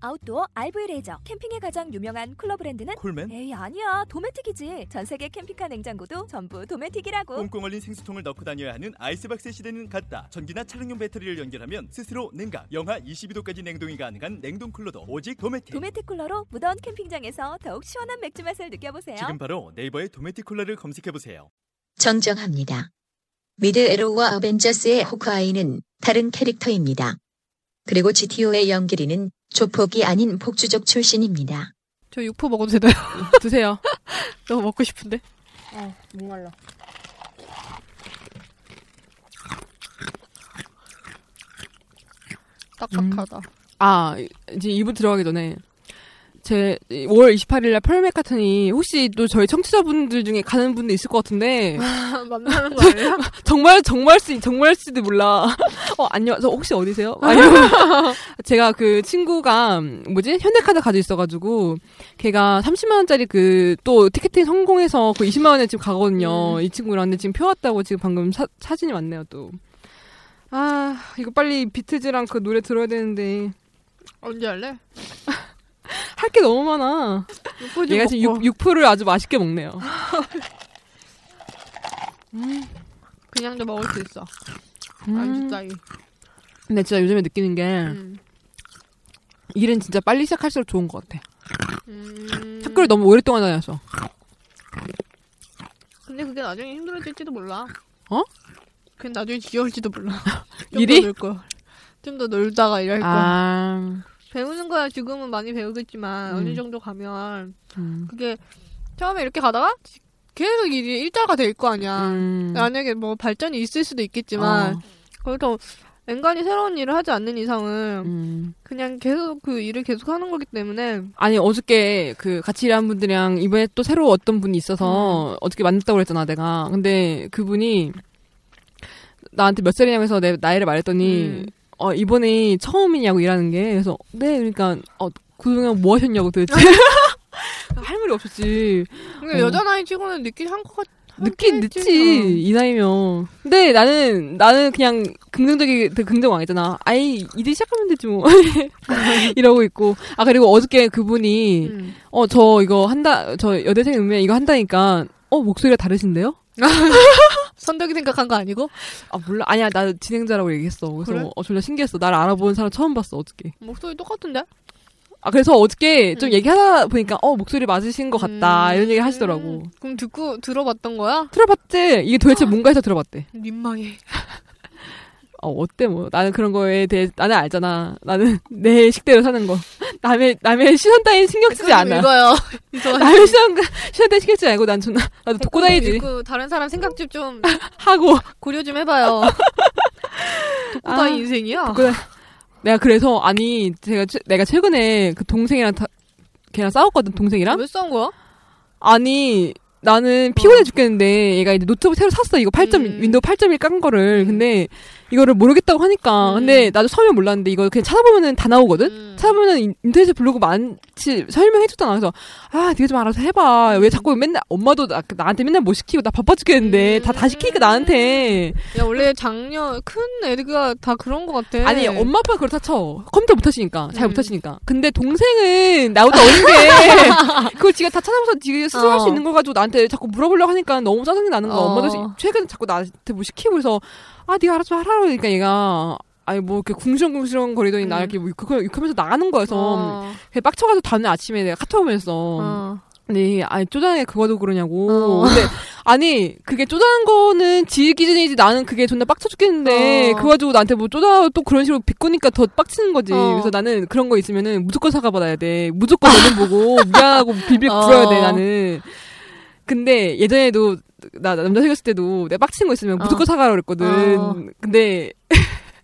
아웃도어 RV 레저 캠핑에 가장 유명한 쿨러 브랜드는 콜맨? 에이 아니야 도메틱이지 전 세계 캠핑카 냉장고도 전부 도메틱이라고 꽁꽁 얼린 생수통을 넣고 다녀야 하는 아이스박스 시대는 갔다. 전기나 차량용 배터리를 연결하면 스스로 냉각, 영하 22도까지 냉동이 가능한 냉동 쿨러도 오직 도메틱. 도메틱 쿨러로 무더운 캠핑장에서 더욱 시원한 맥주 맛을 느껴보세요 지금 바로 네이버에 도메틱 쿨러를 검색해 보세요. 정정합니다. 미드 에로우와 어벤져스의 호크아이는 다른 캐릭터입니다. 그리고 GTO의 연기리는 조폭이 아닌 폭주족 출신입니다. 저 육포 먹어도 되나요? 드세요. 너무 먹고 싶은데. 아, 목말라. 딱딱하다. 아, 이제 2부 들어가기 전에. 제 5월 28일날 펄맥 같으니 혹시 또 저희 청취자분들 중에 가는 분도 있을 것 같은데 만나는 거 아니에요? 정말 정말 씨 정말 씨도 몰라. 어 안녕. 저 혹시 어디세요? 아니 제가 그 친구가 뭐지 현대카드 가지고 있어가지고 걔가 30만 원짜리 그 또 티켓팅 성공해서 그 20만 원에 지금 음. 가거든요. 이 친구랑 근데 지금 표 왔다고 지금 방금 사, 사진이 왔네요 또. 아 이거 빨리 비트즈랑 그 노래 들어야 되는데 언제 할래? 할 게 너무 많아. 육포 좀 얘가 지금 먹고 육, 육포를 아주 맛있게 먹네요. 그냥도 먹을 수 있어. 아, 음. 안주 따위. 근데 진짜 요즘에 느끼는 게 음. 일은 진짜 빨리 시작할수록 좋은 것 같아. 음. 학교를 너무 오랫동안 다녀서. 근데 그게 나중에 힘들어질지도 몰라. 어? 그게 나중에 지겨울지도 몰라. 일이? 좀 더 놀다가 일할 거야. 아, 배우는 거야 지금은 많이 배우겠지만 음. 어느 정도 가면 음. 그게 처음에 이렇게 가다가 계속 일이 일자가 될 거 아니야. 음. 만약에 뭐 발전이 있을 수도 있겠지만 어, 거기서 앵간히 새로운 일을 하지 않는 이상은 음. 그냥 계속 그 일을 계속 하는 거기 때문에 아니 어저께 그 같이 일하는 분들이랑 이번에 또 새로 어떤 분이 있어서 음. 어저께 만났다고 그랬잖아 내가. 근데 그분이 나한테 몇 살이냐고 해서 내 나이를 말했더니 음. 어 이번에 처음이냐고 일하는 게 그래서 네 그러니까 어 그동안 뭐 하셨냐고 도대체 할 말이 없었지. 근데 어. 여자 나이 치고는 늦긴 한 것 같. 늦긴 하긴 했지. 늦지 이 나이면 근데 나는 나는 그냥 긍정적이 되게 긍정왕이잖아 아이 이제 시작하면 되지 뭐 이러고 있고 아 그리고 어저께 그분이 음. 어 저 이거 한다 저 여대생 음면 이거 한다니까 어 목소리가 다르신데요 선덕이 생각한 거 아니고 아 몰라 아니야 나 진행자라고 얘기했어 그래서 그래? 어 졸라 신기했어 나를 알아보는 사람 처음 봤어 어저께 목소리 똑같은데? 아 그래서 어저께 좀 음. 얘기하다 보니까 어 목소리 맞으신 것 같다 음. 이런 얘기 하시더라고 음. 그럼 듣고 들어봤던 거야? 들어봤지 이게 아. 도대체 뭔가 해서 들어봤대 민망해. 어, 어때 뭐 나는 그런 거에 대해 나는 알잖아 나는 내 식대로 사는 거 남의 남의 시선 따윈 신경 쓰지 않아 읽어요. 이상한. 남의 시선 시선 따윈 신경 쓰지 않고 난 존나 나도 돕고 다니지 읽고 다른 사람 생각 좀 좀 하고 고려 좀 해봐요. 독고 아, 다니 인생이야. 독고 내가 그래서 아니 제가 최- 내가 최근에 그 동생이랑 다, 걔랑 싸웠거든 동생이랑 왜 싸운 거야? 아니 나는 피곤해 죽겠는데 얘가 이제 노트북 새로 샀어 이거 8점 어. 음. 윈도우 8.1 깐 거를 근데 이거를 모르겠다고 하니까 근데 음. 나도 처음에 몰랐는데 이거 그냥 찾아보면은 다 나오거든 음. 찾아보면 인- 인터넷에 블로그 많지 설명해주잖아. 그래서 아, 네가 좀 알아서 해봐. 왜 자꾸 맨날 엄마도 나, 한테 맨날 못 시키고 나 바빠 죽겠는데 다 다 시키니까 나한테. 야 원래 작년 큰 애들가 다 그런 거 같아. 아니 엄마 아빠 그렇다 쳐. 컴퓨터 못 하시니까 잘 못 네. 음. 하시니까. 근데 동생은 나보다 어린 게 그걸 지가 다 찾아보면서 지가 스스로 할 수 어. 있는 걸 가지고 나한테 자꾸 물어보려고 하니까 너무 짜증이 나는 거야. 어. 엄마도 시- 최근에 자꾸 나한테 뭐 시키고 그래서 아, 네가 알아서 하라 그러니까 얘가. 아니 뭐 이렇게 궁시렁궁시렁 거리더니 나 음. 어. 이렇게 뭐 그거 하면서 나가는 거여서 그게 빡쳐가지고 다음날 아침에 내가 카톡 보냈어. 네, 아니 쪼잔하게 그거도 그러냐고. 어. 근데 아니 그게 쪼잔한 거는 지 기준이지 나는 그게 존나 빡쳐 죽겠는데 어. 그거 가지고 나한테 뭐 쪼잔하고 또 그런 식으로 비꼬니까 더 빡치는 거지. 어. 그래서 나는 그런 거 있으면은 무조건 사과 받아야 돼. 무조건 너는 보고 미안하고 빌빌 어. 굴어야 돼 나는. 근데 예전에도 나 남자 사귀었을 때도 내가 빡치는 거 있으면 어. 무조건 사과하라고 그랬거든. 어. 근데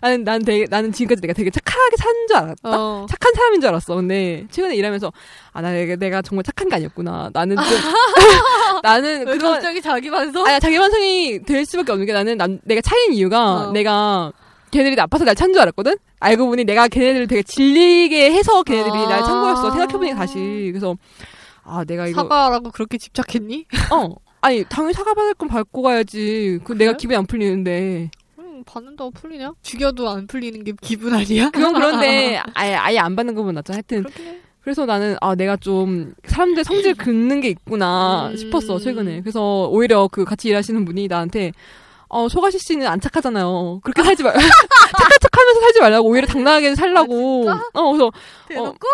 나는 난 되게 나는 지금까지 내가 되게 착하게 산 줄 알았다. 어. 착한 사람인 줄 알았어. 근데 최근에 일하면서 아 나 내가, 내가 정말 착한 게 아니었구나. 나는 좀 나는 왜 그동안 갑자기 자기 반성? 아니 자기 반성이 될 수밖에 없는 게 나는 남, 내가 차인 이유가 어. 내가 걔네들이 나빠서 날 찬 줄 알았거든. 알고 보니 내가 걔네들을 되게 질리게 해서 걔네들이 아. 날 찬 거였어. 생각해보니 다시 그래서 아 내가 이거 사과라고 그렇게 집착했니? 어 아니 당연히 사과 받을 건 밟고 가야지. 그 내가 그래요? 기분이 안 풀리는데 음, 받는다고 풀리냐? 죽여도 안 풀리는 게 기분 아니야? 그건 그런데 아예 아예 안 받는 것보다 낫죠. 하여튼 그렇긴 해. 그래서 나는 아 내가 좀 사람들 성질 긋는 게 있구나 음. 싶었어 최근에 그래서 오히려 그 같이 일하시는 분이 나한테 어 소가시 씨는 안 착하잖아요 그렇게 살지 말 착한 척하면서 살지 말라고 오히려 당당하게 아, 살라고 어 그래서 대놓고?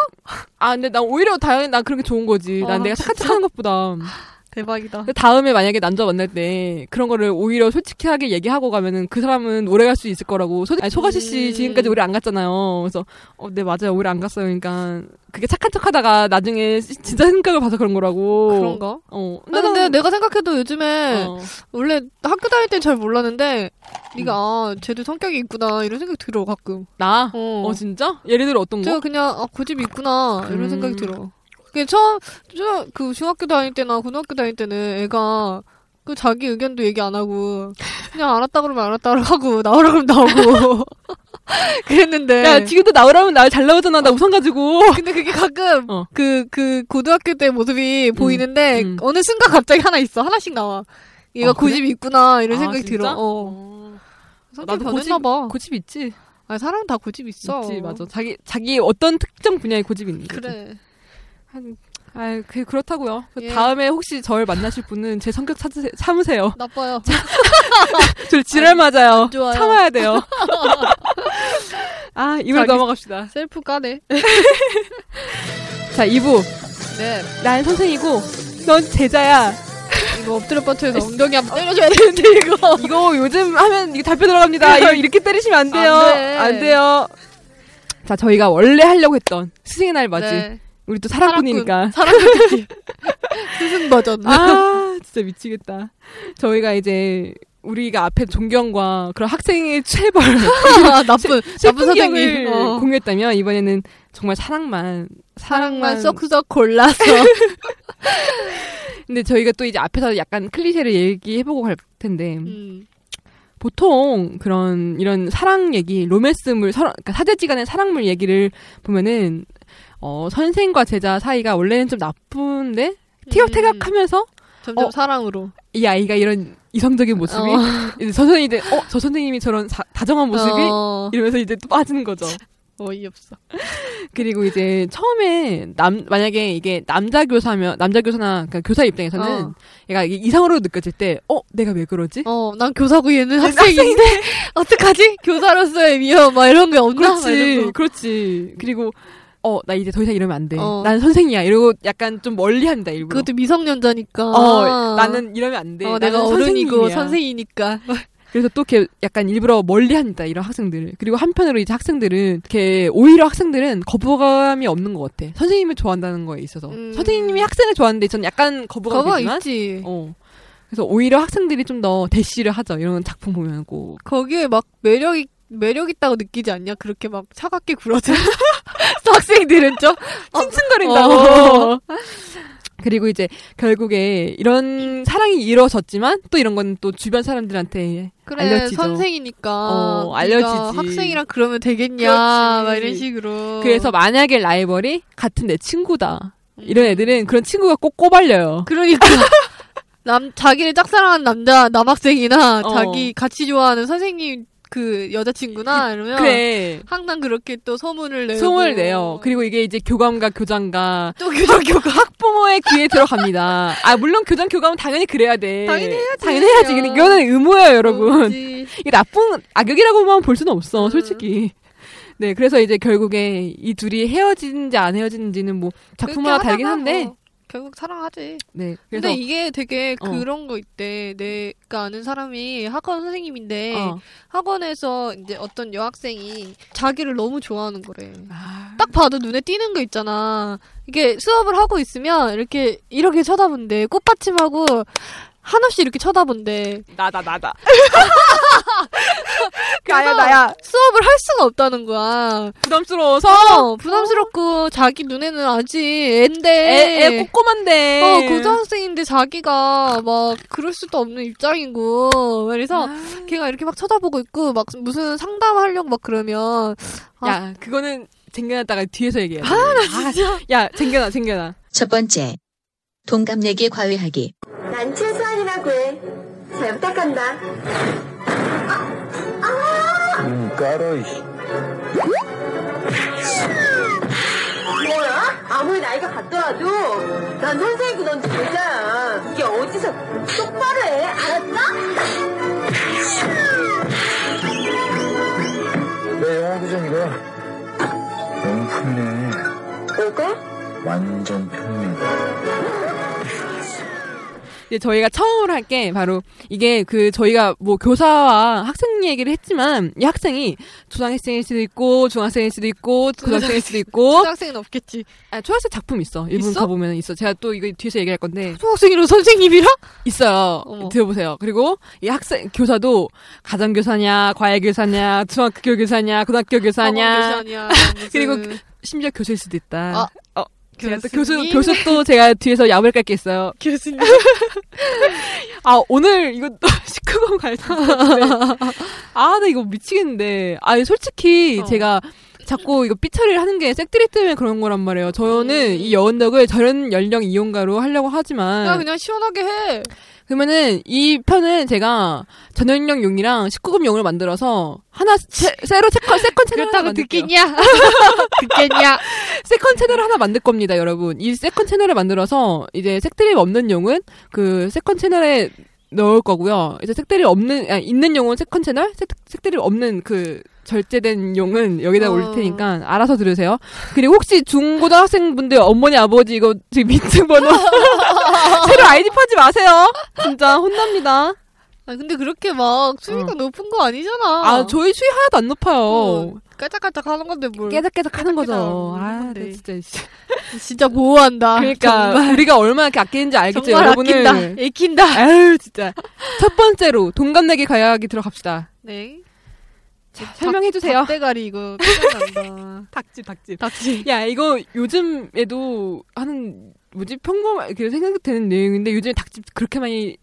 아 근데 나 오히려 당연히 나 그런 게 좋은 거지 난 아, 내가 착한 척하는 것보다 대박이다. 근데 다음에 만약에 남자 만날 때 그런 거를 오히려 솔직하게 얘기하고 가면은 그 사람은 오래 갈 수 있을 거라고 소, 아니, 소가시 음. 씨 지금까지 오래 안 갔잖아요. 그래서 어, 네 맞아요 오래 안 갔어요. 그러니까 그게 착한 척하다가 나중에 시- 진짜 생각을 봐서 그런 거라고. 그런가? 어. 근데, 근데 네. 내가 생각해도 요즘에 어. 원래 학교 다닐 땐 잘 몰랐는데 네가 아, 쟤도 성격이 있구나 이런 생각 들어 가끔. 나. 어. 어. 진짜? 예를 들어 어떤 제가 거? 그냥 아, 고집이 있구나 이런 음. 생각이 들어. 그게 처음 저- 그 중학교 다닐 때나 고등학교 다닐 때는 애가 그 자기 의견도 얘기 안 하고 그냥 알았다 그러면 알았다 하고 나오라 그러면 나오고 그랬는데 야 지금도 나오라면 나 잘 나오잖아. 어. 나 우선 가지고. 근데 그게 가끔 어. 그 그 고등학교 때 모습이 보이는데 음. 어느 순간 갑자기 하나 있어 하나씩 나와 아, 얘가 그래? 고집이 있구나 이런 아, 생각이 진짜? 들어 어. 어. 성격이 나도 변했나 봐그 고집 있지. 아니, 사람은 다 고집 있어 있지 맞아. 자기 자기 어떤 특정 분야에 고집이 있는 거지. 그래 아, 그 그렇다고요. 그 예. 다음에 혹시 절 만나실 분은 제 성격 찾으세, 참으세요. 나빠요 저 지랄 맞아요. 좋아요. 참아야 돼요. 아, 2부로 자기- 넘어갑시다. 셀프 까네 자, 2부. 네 난 선생이고 넌 제자야. 이거 엎드려 뻗쳐서 엉덩이 한번 때려줘야 되는데 이거 이거 요즘 하면 이거 달표 들어갑니다. 이거 이렇게 때리시면 네. 안 돼요. 안 돼. 안 돼요. 자, 저희가 원래 하려고 했던 스승의 날 맞이. 네. 우리 또 사랑꾼이니까. 사랑꾼 특집. 스승 버전 아, 진짜 미치겠다. 저희가 이제 우리가 앞에 존경과 그런 학생의 체벌 아, 나쁜 나쁜 슬픈 선생님 기억을 어. 공유했다면 이번에는 정말 사랑만 사랑만 쏙쏙 골라서 근데 저희가 또 이제 앞에서 약간 클리셰를 얘기해보고 갈 텐데 음. 보통 그런 이런 사랑 얘기, 로맨스물, 서로- 그러니까 사제지간의 사랑물 얘기를 보면은 어 선생과 제자 사이가 원래는 좀 나쁜데 음. 티격태격하면서 점점 어. 사랑으로 이 아이가 이런 이성적인 모습이 어. 이제 저 선생님이 이제 어저 선생님이 저런 사- 다정한 모습이 어, 이러면서 이제 또 빠지는 거죠. 어이없어 그리고 이제 처음에 남 만약에 이게 남자 교사면 남자 교사나 그러니까 교사 입장에서는 어. 얘가 이게 이상으로 느껴질 때 어 내가 왜 그러지? 어난 교사고 얘는 네, 학생인데 어떡하지 교사로서의 위험 막 이런 게 없나 어, 막 그렇지, 이러고. 그렇지. 그리고 어 나 이제 더 이상 이러면 안 돼. 어. 난 선생이야. 이러고 약간 좀 멀리합니다 일부러. 그것도 미성년자니까 어 나는 이러면 안 돼. 어, 나는 내가 어른이고 선생님이야. 뭐, 선생이니까 그래서 또 이렇게 약간 일부러 멀리합니다 이런 학생들. 그리고 한편으로 이제 학생들은 이렇게 오히려 학생들은 거부감이 없는 것 같아. 선생님을 좋아한다는 거에 있어서 음. 선생님이 학생을 좋아하는데 전 약간 거부감이 거가 되지만 있지 어. 그래서 오히려 학생들이 좀 더 대시를 하죠. 이런 작품 보면 꼭. 거기에 막 매력이 매력 있다고 느끼지 않냐? 그렇게 막 차갑게 굴어져. 학생들은 좀 칭칭거린다고. 어. 그리고 이제 결국에 이런 사랑이 이루어졌지만 또 이런 건 또 주변 사람들한테 그래 알려지죠. 선생이니까 어, 네가 알려지지. 학생이랑 그러면 되겠냐? 그렇지. 막 이런 식으로. 그래서 만약에 라이벌이 같은 내 친구다. 음. 이런 애들은 그런 친구가 꼭 꼬발려요. 그러니까 남 자기를 짝사랑하는 남자 남학생이나 어. 자기 같이 좋아하는 선생님 그 여자친구나 이러면 그래. 항상 그렇게 또 소문을 내고 소문을 내요. 그리고 이게 이제 교감과 교장과 또 교장 교감 학부모의 귀에 들어갑니다. 아 물론 교장 교감은 당연히 그래야 돼. 당연히 해야지. 당연히 해야지. 근데 이거는 의무예요, 여러분. 그렇지. 이게 나쁜 악역이라고만 볼 수는 없어, 음. 솔직히. 네, 그래서 이제 결국에 이 둘이 헤어지는지 안 헤어지는지는 뭐 작품마다 그렇게 다르긴 하다가 한데, 그러니까 뭐 결국 사랑하지. 네. 그래서 근데 이게 되게 어. 그런 거 있대. 내가 아는 사람이 학원 선생님인데 어. 학원에서 이제 어떤 여학생이 자기를 너무 좋아하는 거래. 딱 봐도 눈에 띄는 거 있잖아. 이게 수업을 하고 있으면 이렇게 이렇게 쳐다본대. 꽃받침하고 한없이 이렇게 쳐다본대. 나다 나다. 나야 나야 수업을 할 수가 없다는 거야. 부담스러워서 그래서 부담스럽고 자기 눈에는 아직 애, 애 앤데 꼬꼬만데. 네. 어 고등학생인데 자기가 막 그럴 수도 없는 입장이고 그래서 걔가 이렇게 막 쳐다보고 있고 막 무슨 상담하려고 막 그러면 야, 그거는 쟁겨놨다가 뒤에서 얘기해. 아, 나 진짜. 야, 쟁겨놔, 쟁겨놔. 첫 번째. 동갑 내기 과외하기. 난 최소한이라고 해. 잘 부탁한다. 아, 깔아 이 뭐야? 아무리 나이가 같더라도 난 선생이고 넌 제자야. 이게 어디서 똑바로 해. 알았어? 내 영어 교정이래 너무 편해 뭐가? 완전 편해 이제 저희가 처음으로 할 게 바로 이게 그 저희가 뭐 교사와 학생 얘기를 했지만 이 학생이 초등학생일 수도 있고 중학생일 수도 있고 고등학생일 수도 있고 고등학생은 없겠지. 아, 초등학생 작품 있어. 일본 있어? 가보면 있어. 제가 또 이거 뒤에서 얘기할 건데 초등학생이랑 선생님이랑 있어요. 어머. 들어보세요. 그리고 이 학생 교사도 가정 교사냐, 과외 교사냐, 중학교 교사냐, 고등학교 어, 교사냐, 아니야. 그리고 심지어 교수일 수도 있다. 아, 제가 또 교수 교수 또 제가 뒤에서 야을 깔게 있어요. 교수님 아 오늘 이거 또 시끄러운 거 알죠? 아나 이거 미치겠는데. 아니 솔직히 어. 제가 자꾸 이거 삐처리를 하는 게 색들이 때문에 그런 거란 말이에요. 저는 음. 이 여운덕을 저런 연령 이용가로 하려고 하지만 야 아, 그냥 시원하게 해. 그러면은 이 편은 제가 전연령 용이랑 19금 용을 만들어서 하나 채, 새로 채컨 세컨 채널 하나 그렇다고 만들게요. 듣겠냐? 듣겠냐? 세컨 채널을 하나 만들 겁니다, 여러분. 이 세컨 채널을 만들어서 이제 색드립 없는 용은 그 세컨 채널에 넣을 거고요. 이제 색드립 없는 아, 있는 용은 세컨 채널, 색, 색드립 없는 그 절제된 용은 여기다 어. 올 테니까 알아서 들으세요. 그리고 혹시 중고등학생분들 어머니 아버지 이거 지금 민증 번호 새로 아이디 파지 마세요. 진짜 혼납니다. 어. 아 근데 그렇게 막 수위가 높은 거 아니잖아. 아 저희 수위 하나도 안 높아요. 어, 깔짝깔짝 하는 건데 뭘? 깨작깨작 하는 거죠. 깨작깨작 아, 하는 건데. 네, 진짜. 진짜. 진짜 보호한다. 그러니까 정말, 우리가 얼마나 이렇게 아끼는지 알겠죠, 정말 여러분을. 아낀다. 익힌다. 아유 진짜 첫 번째로 동갑내기 가야하기 들어갑시다. 네. 설명해 주세요. 닭대가리 이거 끝난다. 닭집 닭집. 닭지. 야 이거 요즘에도 하는 뭐지 평범 이렇게 생각되는 내용인데 요즘에 닭집 그렇게 많이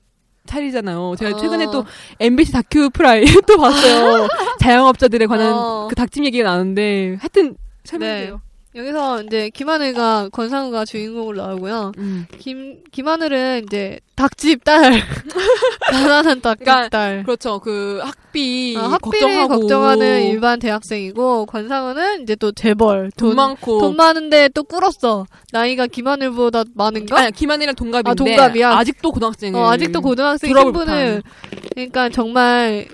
차리잖아요. 제가 최근에 어. 또 MBC 다큐 프라이 또 봤어요. 자영업자들에 관한 어. 그 닭집 얘기가 나는데 하여튼 설명해요. 여기서 이제 김하늘과 권상우가 주인공으로 나오고요. 음. 김 김하늘은 이제 닭집 딸. 가난한 닭집 그러니까 딸. 그렇죠. 그 학비 어, 학비를 걱정하고 걱정하는 일반 대학생이고 권상우는 이제 또 재벌 돈, 돈, 많고 돈 많은데 또 꿀었어 나이가 김하늘보다 많은가? 아니 김한이랑 동갑인데 아, 동갑이야? 아직도 고등학생이 어, 아직도 고등학생 부러울 신분을 그러니까 정말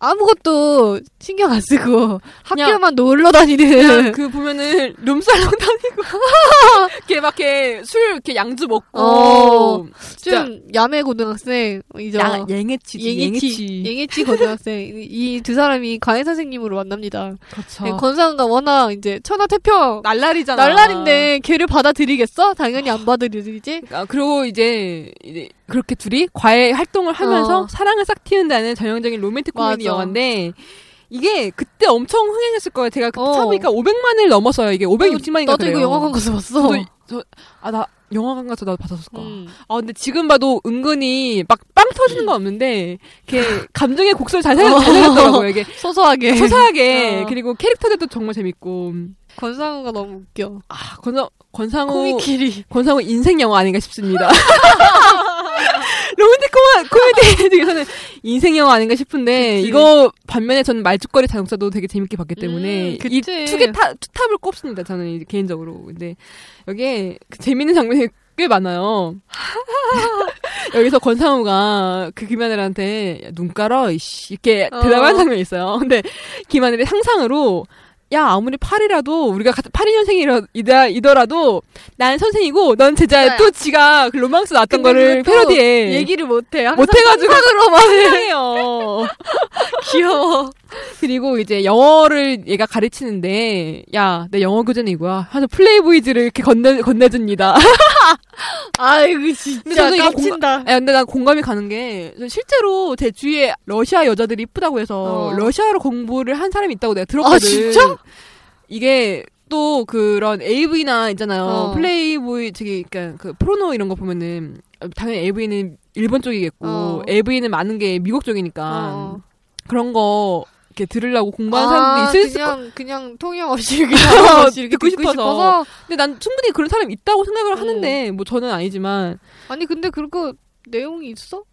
아무것도 신경 안 쓰고 그냥- 학교만 놀러 그냥 다니는 그 보면은 룸살롱 다니고 걔 막 걔 술 이렇게 양주 먹고 어, 그 진짜 좀 야매 고등학생이죠. 야, 앵애치지, 치 앵애치 고등학생 이 두 사람이 과외 선생님으로 만납니다. 그렇죠. 네, 권상우가 워낙 이제 천하태평 날라리잖아. 날라리인데 걔를 받아들이겠어? 당연히 안 받아들이지. 아, 그리고 이제, 이제 그렇게 둘이 과외 활동을 하면서 어. 사랑을 싹 틔운다는 전형적인 로맨틱 코미디 맞아. 영화인데 이게 그때 엄청 흥행했을 거예요. 제가 그때 어. 찾아보니까 500만을 넘었어요. 이게 560만인가 나도 그래요. 이거 영화관 가서 봤어. 저도 이- 저, 아, 나 영화관 가서 나도 봤었을까. 음. 아 근데 지금 봐도 은근히 막 빵 터지는 건 없는데 걔 감정의 곡선을 잘 살려- 잘 살렸더라고요 이게 소소하게. 소소하게 예. 어. 그리고 캐릭터들도 정말 재밌고 권상우가 너무 웃겨. 아 권상 권상우 코미끼리. 권상우 인생 영화 아닌가 싶습니다. 로맨틱 코마- 코미디 중에서는 인생 영화 아닌가 싶은데 그치. 이거 반면에 저는 말죽거리 자동차도 되게 재밌게 봤기 때문에 음, 이 그치. 투개 타, 투탑을 꼽습니다. 저는 이- 개인적으로 근데 여기에 그 재밌는 장면이 꽤 많아요. 여기서 권상우가 그 김하늘한테 야, 눈 깔아 이씨 이렇게 어. 대답하는 장면이 있어요. 근데 김하늘이 상상으로 야 아무리 팔이라도 우리가 같은 82년생이더라도 난 선생이고 넌 제자야 제자야. 또 지가 그 로망스 나왔던 근데 거를 그것도 패러디해 얘기를 못해. 항상 못해가지고 상상으로만 해. 상상해요 귀여워. 그리고 이제 영어를 얘가 가르치는데 야 내 영어 교재는 이거야. 하면서 플레이보이즈를 이렇게 건네 건네줍니다. 아이고 근데 진짜 저는 이거 깝친다. 아, 근데 난 공감이 가는 게 저는 실제로 제 주위에 러시아 여자들이 이쁘다고 해서 어. 러시아로 공부를 한 사람이 있다고 내가 들었거든. 아, 진짜? 이게 또 그런 AV나 있잖아요. 어. 플레이보이 저기 그러니까 그 프로노 이런 거 보면은 당연히 AV는 일본 쪽이겠고 어. AV는 많은 게 미국 쪽이니까 어. 그런 거 이렇게 들으려고 아, 공부하는 아, 사람도 있을 거. 그냥 그냥 통역 없이 그냥 아무 말 없이 이렇게 듣고 듣고, 싶어서. 싶어서. 근데 난 충분히 그런 사람 있다고 생각을 음. 하는데 뭐 저는 아니지만 아니 근데 그거 내용이 있어?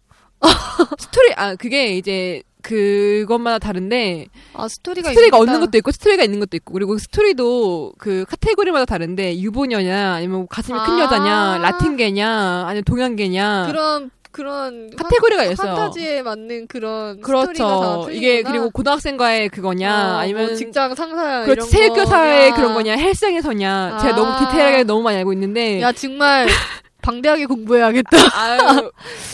스토리 아 그게 이제 그것마다 다른데 아 스토리가 스토리가 있는구나. 없는 것도 있고 스토리가 있는 것도 있고 그리고 스토리도 그 카테고리마다 다른데 유부녀냐 아니면 가슴이 큰 아. 여자냐 라틴계냐 아니면 동양계냐 그런 그런 어. 카테고리가 환- 있어요. 판타지에 맞는 그런 스토리가 다 그렇죠. 틀리구나. 이게 그리고 고등학생과의 그거냐 어, 아니면 뭐 직장 상사 그렇지 이런 거 체육교사의 그런 거냐 헬스장에서냐 제가 아. 너무 디테일하게 너무 많이 알고 있는데 야 정말 방대하게 공부해야겠다. 아유 야,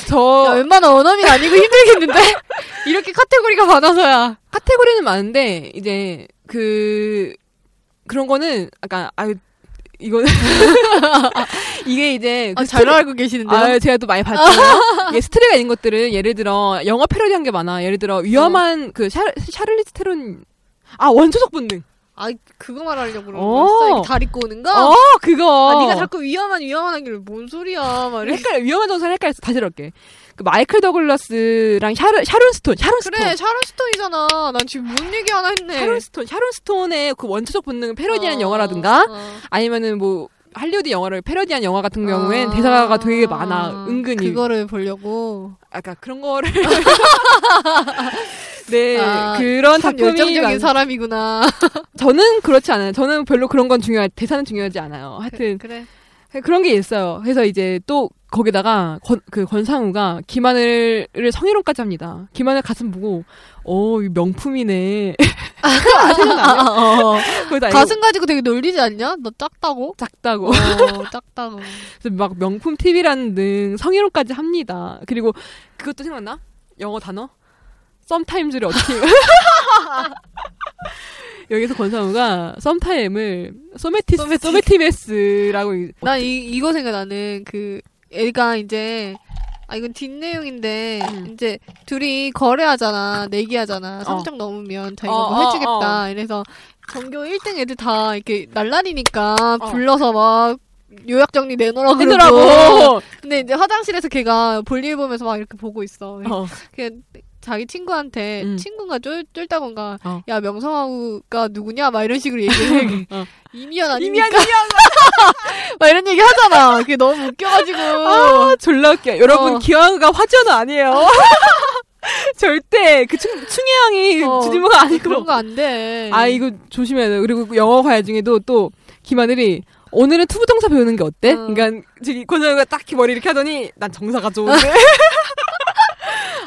저 웬만한 원어민 아니고 힘들겠는데 이렇게 카테고리가 많아서야. 카테고리는 많은데 이제 그 그런 거는 아까 아 이거는 이게 이제 그 아, 잘 알고 계시는데요. 아, 제가 또 많이 봤죠. 이게 스트레가 있는 것들은 예를 들어 영어 패러디한 게 많아. 예를 들어 위험한 그 샤, 샤를리스 테론 아 원초적 본능. 아 그거 말하려고 그러는 어. 거였어. 이렇게 다리 꼬는 거. 어 그거. 아, 네가 자꾸 위험한 위험한 하길래 뭔 소리야, 막 이렇게. 헷갈려 위험한 정서를 헷갈렸어. 다시 이렇게 그 마이클 더글라스랑 샤르 샤론 스톤 샤론 스톤. 그래, 샤론 스톤이잖아. 난 지금 뭔 얘기 하나 했네. 어. 샤론 스톤 샤론 스톤의 그 원초적 본능을 패러디한 어, 영화라든가 어. 아니면은 뭐 할리우드 영화를 패러디한 영화 같은 경우엔 아. 대사가 되게 많아 은근히 그거를 보려고 약간 그런 거를 네 아, 그런 참 작품이 열정적인 많... 사람이구나. 저는 그렇지 않아요 저는 별로 그런 건 중요하 대사는 중요하지 않아요 하여튼 그래. 그, 런게 있어요 그래서 이제 또 거기다가 권, 그 권상우가 김하늘을 성희롱까지 합니다 김하늘 가슴 보고 어 이거 명품이네 아, 생각나요? 그거 다 가슴 가지고 되게 놀리지 않냐? 너 작다고? 작다고 어, 작다고. 그래서 막 명품 팁이라는 등 성희롱까지 합니다. 그리고 그것도 생각나? 영어 단어? 썸타임즈를 어떻게 읽- 여기서 권상우가 썸타임을 소메티스 소매티- 소메티베스라고 읽- 난 이, 이거 생각나는 그 애가 이제 아 이건 뒷내용인데 음. 이제 둘이 거래하잖아 내기하잖아 어. 성적 넘으면 자기가 어, 뭐 어, 해주겠다 이래서 전교 1등 애들 다 이렇게 날라리니까 어. 불러서 막 요약 정리 내놓으라 그러고 해더라고. 근데 이제 화장실에서 걔가 볼일 보면서 막 이렇게 보고 있어 어. 그 자기 친구한테 음. 친구가 쫄, 쫄다던가 어. 야 명성하우가 누구냐 막 이런 식으로 얘기해 어. 이미연 아닙니까? 이미한 이미한 막 이런 얘기 하잖아 그게 너무 웃겨가지고 아, 졸라 웃겨. 여러분 어. 기왕가 화전은 아니에요. 절대 그 충, 충혜양이 어. 주지무가 아니고 그런 거 안돼 아 이거 조심해야 돼. 그리고 영어 과외 중에도 또 김하늘이 오늘은 투부정사 배우는 게 어때? 어. 그러니까 저기 권정우가 딱히 머리 이렇게 하더니 난 정사가 좋은데.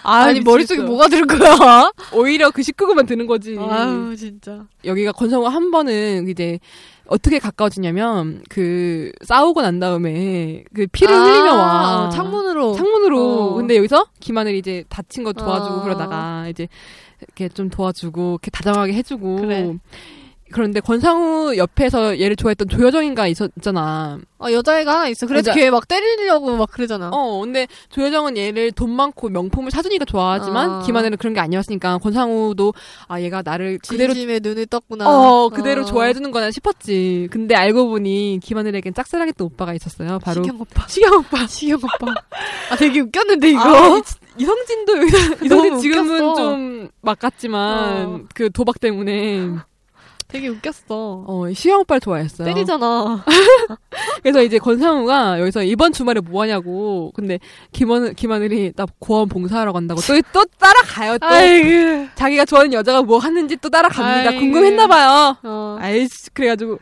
아, 아니 머릿속에 미치겠어요. 뭐가 들 거야 오히려 그 19금만 드는 거지. 아유 진짜 여기가 권성우 한 번은 이제 어떻게 가까워지냐면 그 싸우고 난 다음에 그 피를 아, 흘리며 와 어, 창문으로 창문으로 어. 근데 여기서 김하늘이 이제 다친 거 도와주고 어. 그러다가 이제 이렇게 좀 도와주고 이렇게 다정하게 해주고 그래. 그런데 권상우 옆에서 얘를 좋아했던 조여정인가 있었잖아. 아 여자애가 하나 있어 그래서 여자- 걔 막 때리려고 막 그러잖아 어, 근데 조여정은 얘를 돈 많고 명품을 사주니까 좋아하지만 어. 김하늘은 그런 게 아니었으니까 권상우도 아 얘가 나를 그대로 진심의 눈을 떴구나 어 그대로 어. 좋아해주는 거나 싶었지. 근데 알고 보니 김하늘에겐 짝사랑했던 오빠가 있었어요. 바로 식영 오빠 식영 오빠 식영 오빠 아 되게 웃겼는데 이거 아, 이- 이성진도 여기서 이성진 너무 지금은 웃겼어. 좀 막갔지만 어. 그 도박 때문에 되게 웃겼어 어 시영 오빠를 좋아했어요. 때리잖아 그래서 이제 권상우가 여기서 이번 주말에 뭐 하냐고. 근데 김원 김하늘이 나 고아원 봉사하러 간다고 또 또 따라가요. 또 아이고 자기가 좋아하는 여자가 뭐 하는지 또 따라갑니다. 아이고. 궁금했나 봐요. 어. 아이씨 그래가지고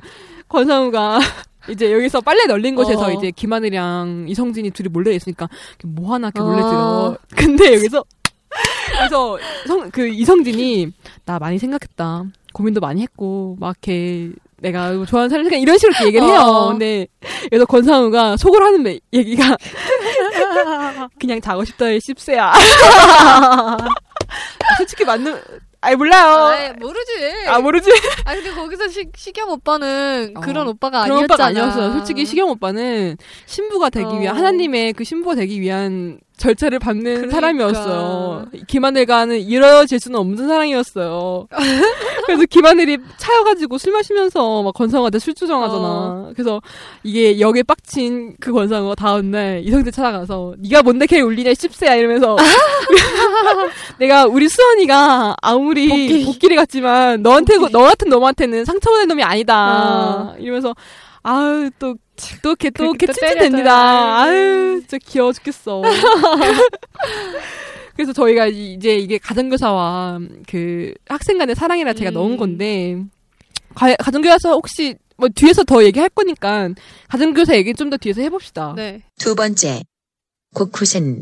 권상우가 이제 여기서 빨래 널린 곳에서 어. 이제 김하늘이랑 이성진이 둘이 몰래 있으니까 이렇게 뭐 하나 이렇게 몰래 어. 들어. 근데 여기서 그래서 성, 그 이성진이 나 많이 생각했다. 고민도 많이 했고 막 이렇게 내가 뭐 좋아하는 사람 생각 이런 식으로 이렇게 얘기를 해요. 어. 근데 그래서 권상우가 속을 하는 매- 얘기가 그냥 자고 싶다의 십세야. 솔직히 맞는 아이 몰라요. 아이, 네. 모르지. 아 아, 모르지. 근데 거기서 식, 식경 오빠는 어. 그런 오빠가 그런 아니었잖아. 오빠가 아니었어요. 솔직히 시경 오빠는 신부가 되기 어. 위한 하나님의 그 신부가 되기 위한 절차를 밟는 그러니까. 사람이었어요. 김하늘과는 이뤄질 수는 없는 사랑이었어요. 그래서 김하늘이 차여가지고 술 마시면서 막 건상한테 술 주정하잖아. 어. 그래서 이게 역에 빡친 그 건상어 다음날 이성재 찾아가서 네가 뭔데 걔 울리냐 씹새야 이러면서 내가 우리 수원이가 아무리 복길이 같지만 너한테 너 같은 놈한테는 상처받을 놈이 아니다 어. 이러면서 아유 또또걔또 그렇게 걔 또 음. 칭찬됩니다 때렸잖아. 아유 진짜 귀여워 죽겠어 그래서 저희가 이- 이제 이게 가정교사와 그 학생 간의 사랑이라 제가 음. 넣은 건데 가, 가정교사 혹시 뭐 뒤에서 더 얘기할 거니까 가정교사 얘기 좀 더 뒤에서 해봅시다 네. 두 번째. 고쿠센.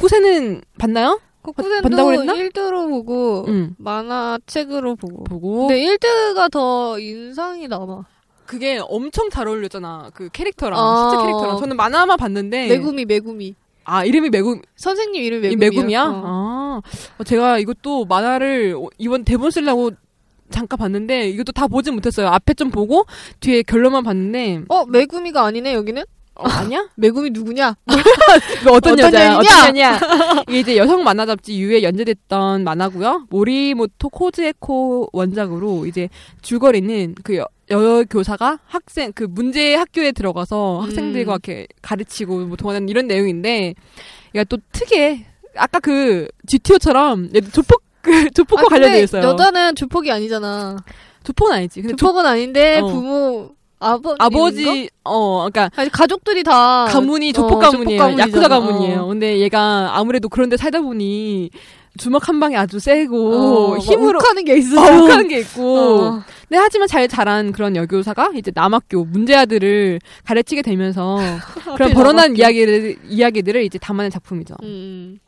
꽃에는 봤나요? 음. 코쿠센도 어. 본다고 그랬나? 1드로 보고 응 만화책으로 어. 보고. 보고 근데 1드가 더 인상이 남아. 그게 엄청 잘 어울렸잖아. 그 캐릭터랑 아. 실제 캐릭터랑 저는 만화만 봤는데 메구미 메구미. 아 이름이 매구 선생님 이름이 네. 이 메구미야. 매구미야? 어. 아 어, 제가 이것도 만화를 어, 이번 대본 쓰려고 잠깐 봤는데 이것도 다 보진 못했어요. 앞에 좀 보고 뒤에 결론만 봤는데 어, 메구미가 아니네 여기는? 어, 아니야? 메구미 누구냐? 이거 어떤, 어떤 여자야? 년이냐? 어떤 년이야? 이게 이제 여성 만화 잡지 유에 연재됐던 만화고요. 모리모토 코즈에코 원작으로 이제 줄거리는 그 여, 여 교사가 학생 그 문제 학교에 들어가서 학생들과 음. 이렇게 가르치고 뭐 동화는 이런 내용인데 이게 또 특이해. 아까 그 GTO처럼 얘도 조폭 그 조폭과 아, 근데 관련돼 있어요. 여자는 조폭이 아니잖아. 조폭은 아니지. 근데 조, 조폭은 아닌데 어. 부모 아버 아버지 어 그러니까 아니, 가족들이 다 가문이 어, 조폭 가문이에요. 조폭 야쿠자 가문이잖아. 어. 가문이에요. 근데 얘가 아무래도 그런데 살다 보니 주먹 한 방이 아주 세고 어, 힘으로 막 욱하는 게 있어. 어, 욱하는 게 있고. 어. 근데 하지만 잘 자란 그런 여교사가 이제 남학교 문제 아들을 가르치게 되면서 그런 하필 벌어난 남학교. 이야기를 이야기들을 이제 담아낸 작품이죠. 음.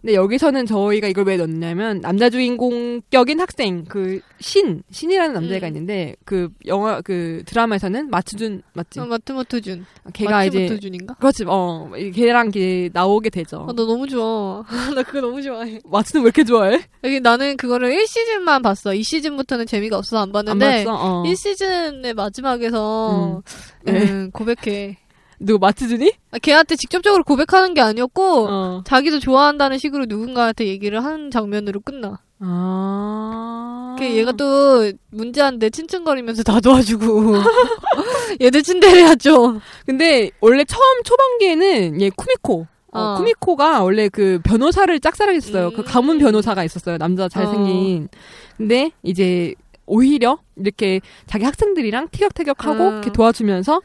근데 여기서는 저희가 이걸 왜 넣냐면 남자 주인공격인 학생 그 신 신이라는 남자애가 음. 있는데 그 영화 그 드라마에서는 마츠준 맞지? 어, 마트모토준. 걔가 이제 마트모토준인가? 그렇지, 어, 걔랑 걔 나오게 되죠. 아, 나 너무 좋아. 나 그거 너무 좋아해. 마츠는 왜 이렇게 좋아해? 여기 나는 그거를 1시즌만 봤어. 2시즌부터는 재미가 없어서 안 봤는데 안 봤어? 어. 1시즌의 마지막에서 음. 음, 고백해. 누구 마츠준이? 아, 걔한테 직접적으로 고백하는 게 아니었고 어. 자기도 좋아한다는 식으로 누군가한테 얘기를 하는 장면으로 끝나. 아. 걔 얘가 또 문제한데 칭칭거리면서 다 도와주고 얘도 츤데레야 좀. 근데 원래 처음 초반기에는 얘 쿠미코. 어, 어. 쿠미코가 원래 그 변호사를 짝사랑했어요. 그 음. 가문 변호사가 있었어요. 남자 잘생긴. 근데 이제 오히려 이렇게 자기 학생들이랑 티격태격하고 음. 이렇게 도와주면서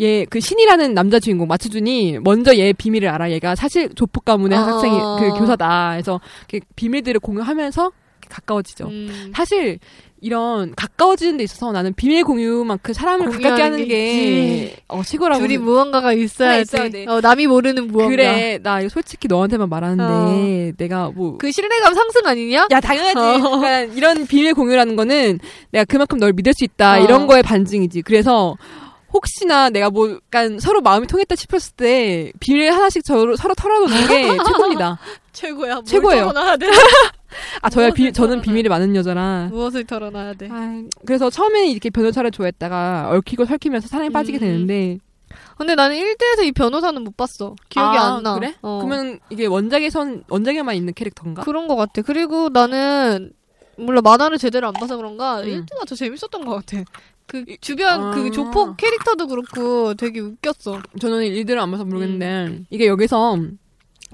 얘 그 신이라는 남자 주인공 마츠준이 먼저 얘 비밀을 알아. 얘가 사실 조폭 가문의 어. 학생이 그 교사다. 그래서 이렇게 비밀들을 공유하면서 가까워지죠. 음. 사실 이런 가까워지는 데 있어서 나는 비밀 공유만큼 그 사람을 가깝게 공유하는 하는 게 게 어, 시골하고 둘이 무언가가 있어야 하나 돼. 있어야 돼. 어, 남이 모르는 뭐 무언가. 그래 나 이거 솔직히 너한테만 말하는데 내가 뭐 그 신뢰감 상승 아니냐? 야 당연하지 어. 약간 이런 비밀 공유라는 거는 내가 그만큼 널 믿을 수 있다 어. 이런 거의 반증이지 그래서 혹시나 내가 뭐 약간 서로 마음이 통했다 싶었을 때 비밀 하나씩 저로, 서로 털어놓는 게 최고입니다 최고야. 뭘 최고예요. 털어놔야 돼. 아 저야 비, 무엇을 저는 털어놔. 비밀이 많은 여자라 무엇을 털어놔야 돼? 아, 그래서 처음에는 이렇게 변호사를 좋아했다가 얽히고 설키면서 사랑에 빠지게 음. 되는데 근데 나는 1대에서 이 변호사는 못 봤어. 기억이 아, 안 나. 그래? 어. 그러면 이게 원작에선 원작에만 있는 캐릭터인가? 그런 것 같아. 그리고 나는 몰라 만화를 제대로 안 봐서 그런가 음. 1대가 더 재밌었던 것 같아. 그 주변 아. 그 조폭 캐릭터도 그렇고 음. 되게 웃겼어. 저는 일들을 안 봐서 모르겠는데 이게 여기서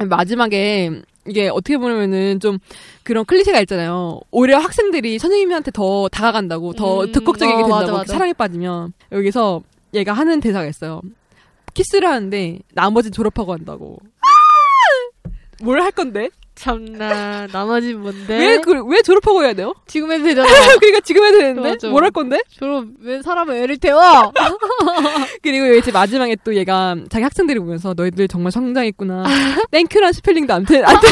마지막에 이게 어떻게 보면은 좀 그런 클리셰가 있잖아요. 오히려 학생들이 선생님한테 더 다가간다고 더 음, 적극적이게 어, 된다고 맞아, 맞아. 사랑에 빠지면 여기서 얘가 하는 대사가 있어요. 아! 키스를 하는데 나머지는 졸업하고 한다고. 뭘 할 건데? 참나 나머지 뭔데? 왜, 그, 왜 졸업하고 해야 돼요? 지금 해도 되잖아. 그러니까 지금 해야 되는데? 맞아. 뭘 할 건데? 졸업 왜 사람을 애를 태워? 그리고 이제 마지막에 또 얘가 자기 학생들이 보면서 너희들 정말 성장했구나. 아. 땡큐란 스펠링도 안 틀, 안 틀.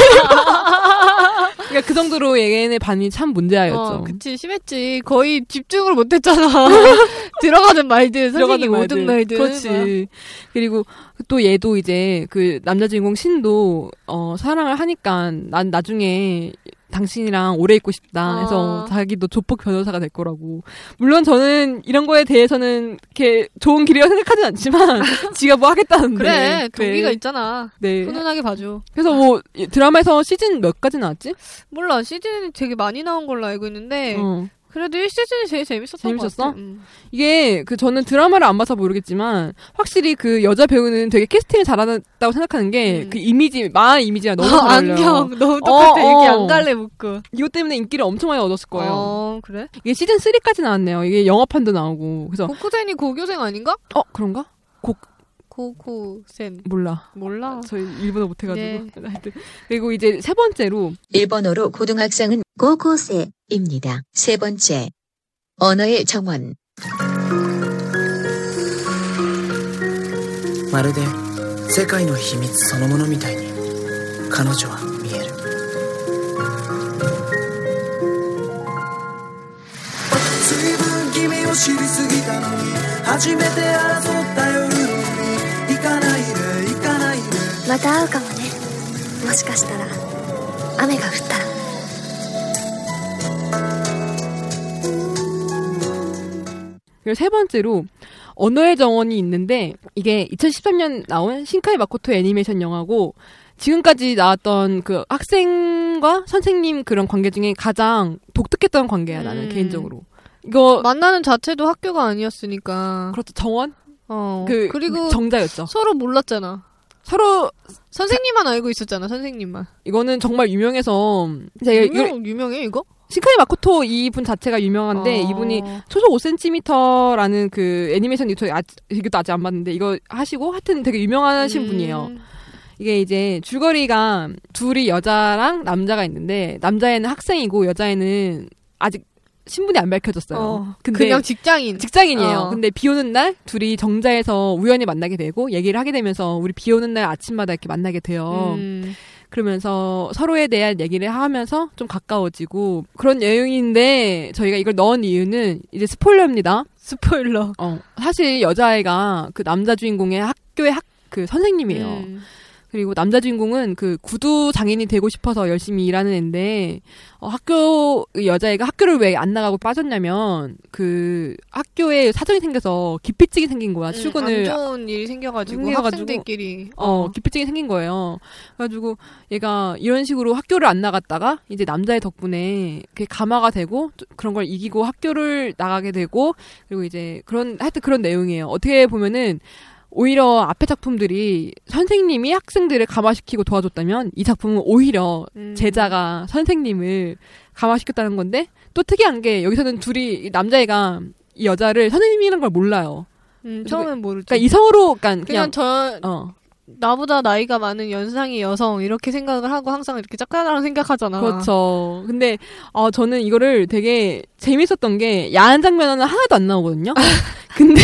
그러니까 그 정도로 얘네 반이 참 문제아였죠. 어, 그치 심했지. 거의 집중을 못했잖아. 들어가는 말들, 어. 선생님이 오든 아. 말든. 그렇지. 네. 그리고 또 얘도 이제 그 남자 주인공 신도 어, 사랑을 하니까 난 나중에 당신이랑 오래 있고 싶다 해서 아. 자기도 조폭 변호사가 될 거라고. 물론 저는 이런 거에 대해서는 이렇게 좋은 길이라고 생각하진 않지만 지가 뭐 하겠다는데. 그래 동기가 네. 있잖아. 네. 훈훈하게 봐줘. 그래서 뭐 이 드라마에서 시즌 몇 가지 나왔지? 몰라 시즌이 되게 많이 나온 걸로 알고 있는데 어. 그래도 1시즌이 제일 재밌었던 재밌었어? 것 같아. 음. 이게 그 저는 드라마를 안 봐서 모르겠지만 확실히 그 여자 배우는 되게 캐스팅을 잘한다고 생각하는 게 음. 그 이미지 마 이미지가 너무 아, 잘 어울려요. 안경 너무 똑같아. 어, 이렇게 어. 안 갈래 묶고. 이것 때문에 인기를 엄청 많이 얻었을 거예요. 어, 그래? 이게 시즌 3까지 나왔네요. 이게 영화판도 나오고 그래서 고쿠센이 고교생 아닌가? 어 그런가? 고쿠센 몰라. 몰라. 저희 일본어 네. 못해가지고 하여튼. 그리고 이제 세 번째로 일본어로 고등학생은 고고세입니다. 세 번째. 언어의 정원. まるで世界の秘密そのものみたいに彼女は見えるまた会うかもねもしかしたら雨が降ったら 그리고 세 번째로 언어의 정원이 있는데 이게 2013년 나온 신카이 마코토 애니메이션 영화고 지금까지 나왔던 그 학생과 선생님 그런 관계 중에 가장 독특했던 관계야 나는 음. 개인적으로 이거 만나는 자체도 학교가 아니었으니까. 그렇죠 정원 어. 그 그리고 정자였죠 서로 몰랐잖아. 서로 선생님만 알고 있었잖아, 선생님만. 이거는 정말 유명해서 제가 이걸- 유명, 유명해, 이거? 신카이 마코토 이분 자체가 유명한데 어. 아, 네, 이분이 초속 5cm라는 그 애니메이션 유튜브 아직, 이것도 아직 안 봤는데 이거 하시고 하여튼 되게 유명하신 음. 분이에요. 이게 이제 줄거리가 둘이 여자랑 남자가 있는데 남자애는 학생이고 여자애는 아직 신분이 안 밝혀졌어요. 어. 근데 그냥 직장인. 직장인이에요. 어. 근데 비 오는 날 둘이 정자에서 우연히 만나게 되고 얘기를 하게 되면서 우리 비 오는 날 아침마다 이렇게 만나게 돼요. 음. 그러면서 서로에 대한 얘기를 하면서 좀 가까워지고 그런 내용인데 저희가 이걸 넣은 이유는 이제 스포일러입니다. 스포일러. 어, 사실 여자애가 그 남자 주인공의 학교의 학 그 선생님이에요. 음. 그리고 남자 주인공은 그 구두 장인이 되고 싶어서 열심히 일하는 애인데 어, 학교 여자애가 학교를 왜 안 나가고 빠졌냐면 그 학교에 사정이 생겨서 기피증이 생긴 거야. 음, 아, 출근을 안 좋은 일이 생겨가지고 생겨가지고. 학생들끼리 어, 기피증이 생긴 거예요. 그래가지고 얘가 이런 식으로 학교를 안 나갔다가 이제 남자의 덕분에 그게 감화가 되고 또 그런 걸 이기고 학교를 나가게 되고 그리고 이제 그런 하여튼 그런 내용이에요. 어떻게 보면은 오히려 앞에 작품들이 선생님이 학생들을 감화시키고 도와줬다면 이 작품은 오히려 음. 제자가 선생님을 감화시켰다는 건데 또 특이한 게 여기서는 둘이 이 남자애가 이 여자를 선생님이라는 걸 몰라요. 음, 처음엔 모르죠. 그러니까 이성으로 그러니까 그냥, 그냥 저 어 나보다 나이가 많은 연상의 여성 이렇게 생각을 하고 항상 이렇게 짝꿍하라고 생각하잖아. 그렇죠. 근데 어, 저는 이거를 되게 재밌었던 게 야한 장면은 하나도 안 나오거든요. 근데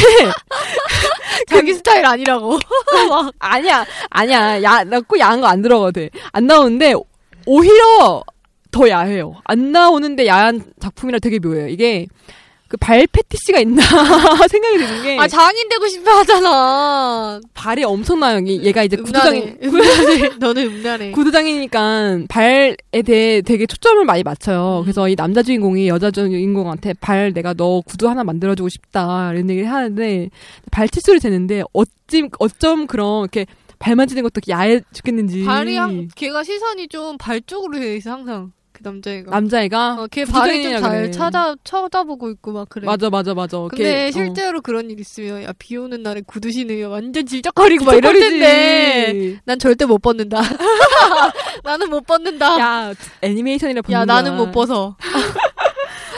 자기 스타일 아니라고. 막 아니야 아니야 야나꼭 야한 거 안 들어가도 돼. 안 나오는데 오히려 더 야해요. 안 나오는데 야한 작품이라 되게 묘해요. 이게 그 발 패티시가 있나 생각이 드는 게 아 장인 되고 싶어 하잖아. 발이 엄청나요. 이- 얘가 이제 구두장이 음란해. 음란해. 너는 음란해. 구두장이니까 발에 대해 되게 초점을 많이 음. 맞춰요. 그래서 이 남자 주인공이 여자 주인공한테 발 내가 너 구두 하나 만들어주고 싶다 이런 얘기를 하는데 발칫솔이 되는데 어쩜 어쩜 그런 이렇게 발 만지는 것도 야해 죽겠는지 발이 한, 걔가 시선이 좀 발 쪽으로 돼 있어 항상 그 남자애가. 남자애가 어, 걔 발이 구두장이라 좀 잘 그래. 찾아 쳐다보고 있고 막 그래. 맞아 맞아 맞아. 근데 이렇게, 어, 실제로 그런 일 있으면 야 비 오는 날에 구두 신으면 완전 질척거리고 막 이럴 부쩍거리지. 텐데 난 절대 못 벗는다. 나는 못 벗는다. 야, 야 애니메이션이라 보는 아. 나는 못 벗어.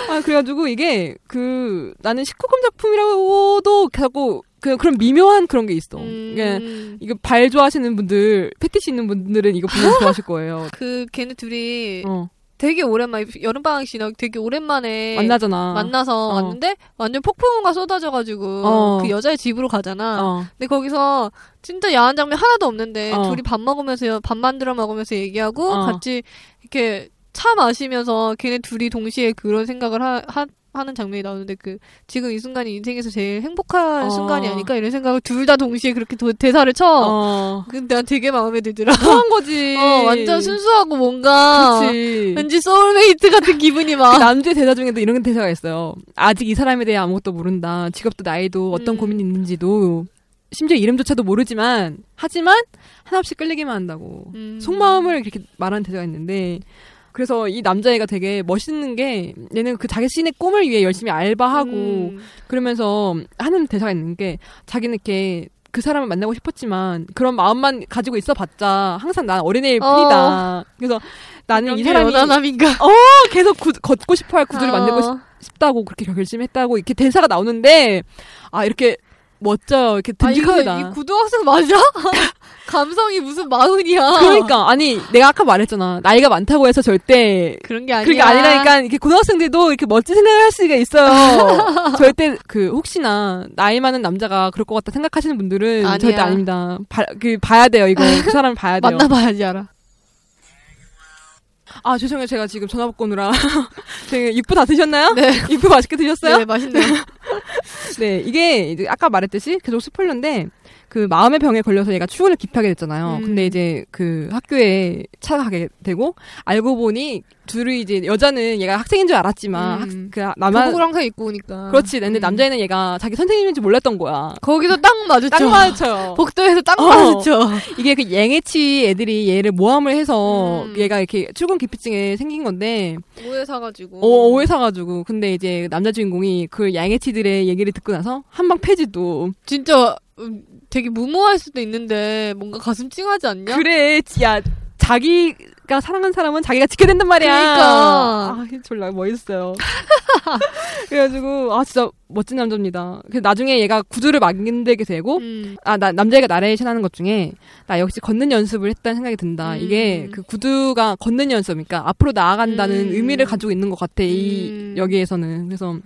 아, 그래가지고 이게 그 나는 19금 작품이라고도 자꾸 그, 그런 미묘한 그런 게 있어. 그러니까 음, 이게, 이거 발 좋아하시는 분들, 패티시 있는 분들은 이거 분명 좋아하실 거예요. 그 걔네 둘이 어, 되게 오랜만에 여름 방학 지나 되게 오랜만에 만나잖아. 예. 만나서 어. 왔는데 완전 폭풍우가 쏟아져가지고 어. 그 여자의 집으로 가잖아. 어, 근데 거기서 진짜 야한 장면 하나도 없는데 어. 둘이 밥 먹으면서 밥 만들어 먹으면서 얘기하고 어. 같이 이렇게 차 마시면서 걔네 둘이 동시에 그런 생각을 하, 는 장면이 나오는데 그 지금 이 순간이 인생에서 제일 행복한 어. 순간이 아닐까 이런 생각을 둘 다 동시에 그렇게 도- 대사를 쳐. 어. 근데 난 되게 마음에 들더라. 그런 거지. 어, 완전 순수하고 뭔가 그렇지. 왠지 아. 소울메이트 같은 기분이 그 막. 남주의 대사 중에도 이런 대사가 있어요. 아직 이 사람에 대해 아무것도 모른다. 직업도 나이도 어떤 음. 고민이 있는지도 심지어 이름조차도 모르지만 하지만 하나없이 끌리기만 한다고. 음. 속마음을 그렇게 말하는 대사가 있는데 그래서 이 남자애가 되게 멋있는 게 얘는 그 자신의 꿈을 위해 열심히 알바하고 음. 그러면서 하는 대사가 있는 게 자기는 이렇게 그 사람을 만나고 싶었지만 그런 마음만 가지고 있어봤자 항상 난 어린애일 어. 뿐이다. 그래서 나는 이 이게 사람이 여자남인가 계속 구- 걷고 싶어할 구두를 아. 만들고 싶- 싶다고 그렇게 결심했다고 이렇게 대사가 나오는데 아 이렇게 멋져요. 이렇게 아, 이거 든든합니다. 이 고등학생 맞아? 감성이 무슨 마흔이야. 그러니까 아니 내가 아까 말했잖아 나이가 많다고 해서 절대 그런 게 아니야. 그게 아니라니까 이렇게 고등학생들도 이렇게 멋진 생각을 할 수가 있어요. 절대 그 혹시나 나이 많은 남자가 그럴 것 같다 생각하시는 분들은 아니야. 절대 아닙니다. 봐, 그 봐야 돼요 이거 그 사람 봐야 돼요. 만나봐야지 알아. 아 죄송해요 제가 지금 전화 받고 오느라 되게 육부 다 드셨나요? 네. 육부 맛있게 드셨어요? 네, 맛있네요. 네, 이게 이제 아까 말했듯이 계속 스포일러인데 그 마음의 병에 걸려서 얘가 출근을 기피하게 됐잖아요. 음. 근데 이제 그 학교에 찾아가게 되고 알고 보니 둘이 이제 여자는 얘가 학생인 줄 알았지만 학, 음. 그 교복을 남아 항상 입고 오니까. 그렇지. 근데 음. 남자애는 얘가 자기 선생님인지 몰랐던 거야. 거기서 딱 마주쳐. 딱 맞아요. 복도에서 딱 어. 마주쳐. 이게 그 앵애치 애들이 얘를 모함을 해서 음. 얘가 이렇게 출근 기피증에 생긴 건데 오해 사가지고. 어, 오해 사가지고 근데 이제 남자 주인공이 그 양해치들의 얘기를 듣고 나서 한방 패지도 진짜 음, 되게 무모할 수도 있는데 뭔가 가슴 찡하지 않냐? 그래, 야 자기가 사랑한 사람은 자기가 지켜야 된단 말이야. 그러니까. 아, 졸라 멋있어요. 그래가지고 아 진짜 멋진 남자입니다. 그래서 나중에 얘가 구두를 만들게 되고 음. 아 나 남자애가 나레이션 하는 것 중에 나 역시 걷는 연습을 했다는 생각이 든다. 음. 이게 그 구두가 걷는 연습이니까 그러니까 앞으로 나아간다는 음. 의미를 가지고 있는 것 같아. 이 음. 여기에서는 그래서.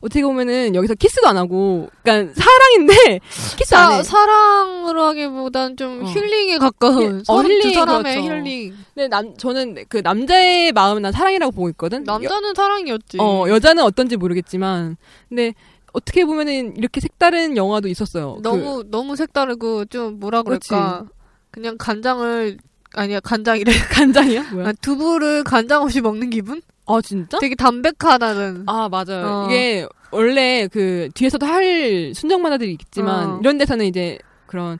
어떻게 보면은 여기서 키스도 안 하고, 그러니까 사랑인데 키스 안 사, 해. 사랑으로 하기보단 좀 어. 힐링에 가까운 힐- 서로 어, 두 힐링, 사람의 그렇죠. 힐링 근데 남 저는 그 남자의 마음은 난 사랑이라고 보고 있거든. 여, 남자는 사랑이었지 어 여자는 어떤지 모르겠지만 근데 어떻게 보면은 이렇게 색다른 영화도 있었어요. 그- 너무 너무 색다르고 좀 뭐라 그렇지. 그럴까 그냥 간장을 아니야 간장이래 간장이야? 뭐야? 아, 두부를 간장 없이 먹는 기분? 아 진짜? 되게 담백하다는 아 맞아요. 어. 이게 원래 그 뒤에서도 할 순정 만화들이 있겠지만 어. 이런 데서는 이제 그런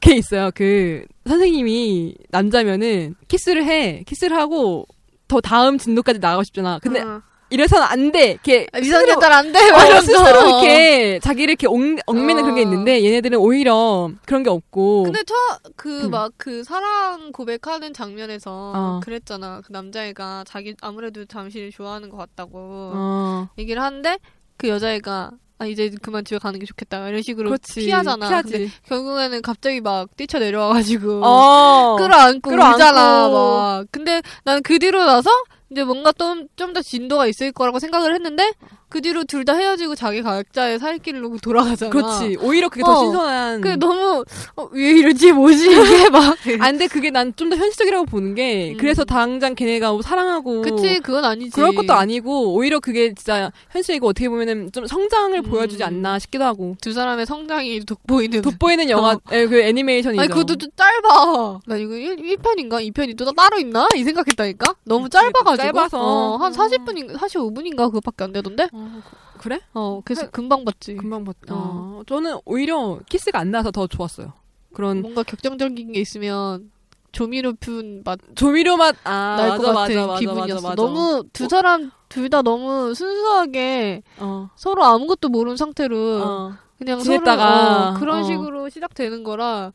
게 있어요. 그 선생님이 남자면은 키스를 해 키스를 하고 더 다음 진도까지 나가고 싶잖아. 근데 어. 이래서는 안 돼. 이렇게 아, 스스로- 미성년자 안돼 어, 이러면서 스스로 이렇게 자기를 이렇게 억, 억매는 어. 그런 게 있는데 얘네들은 오히려 그런 게 없고 근데 처그막 음. 그 사랑 고백하는 장면에서 어. 그랬잖아 그 남자애가 자기 아무래도 잠시를 좋아하는 것 같다고 어, 얘기를 하는데 그 여자애가 아 이제 그만 집에 가는 게 좋겠다 이런 식으로 그렇지 피하잖아 피하지. 근데 결국에는 갑자기 막 뛰쳐 내려와가지고 어 끌어안고 끌어안고. 뭐. 울잖아 막 근데 나는 그 뒤로 나서 이제 뭔가 좀 좀 더 진도가 있을 거라고 생각을 했는데 그 뒤로 둘 다 헤어지고 자기 각자의 살 길로 돌아가잖아 그렇지 오히려 그게 더 어. 신선한 그 너무 어, 왜 이러지 뭐지 이게 막 아, 근데 그게 난 좀 더 현실적이라고 보는 게 음. 그래서 당장 걔네가 뭐 사랑하고 그치 그건 아니지 그럴 것도 아니고 오히려 그게 진짜 현실이고 어떻게 보면은 좀 성장을 음. 보여주지 않나 싶기도 하고 두 사람의 성장이 돋보이는 돋보이는 영화 에, 그 애니메이션이죠. 음. 어. 아니 그것도 좀 짧아. 나 이거 1, 일편인가이편이또 따로 있나? 이 생각했다니까? 너무 짧아가지고. 짧아서. 어, 한 어. 40분인가 45분인가 그거밖에 안 되던데? 어, 그- 그래? 어 할- 그래서 금방 봤지. 금방 봤. 어. 저는 오히려 키스가 안 나서 더 좋았어요. 그런 뭔가 격정적인 게 있으면 조미 높은 맛 조미료 맛, 아, 날 것 맞아, 같은 맞아, 맞아, 기분이었어. 맞아, 맞아. 너무 두 사람 둘 다 너무 순수하게 어, 서로 아무것도 모르는 상태로 어. 그냥 지냈다가, 서로 어, 그런 어. 식으로 시작되는 거라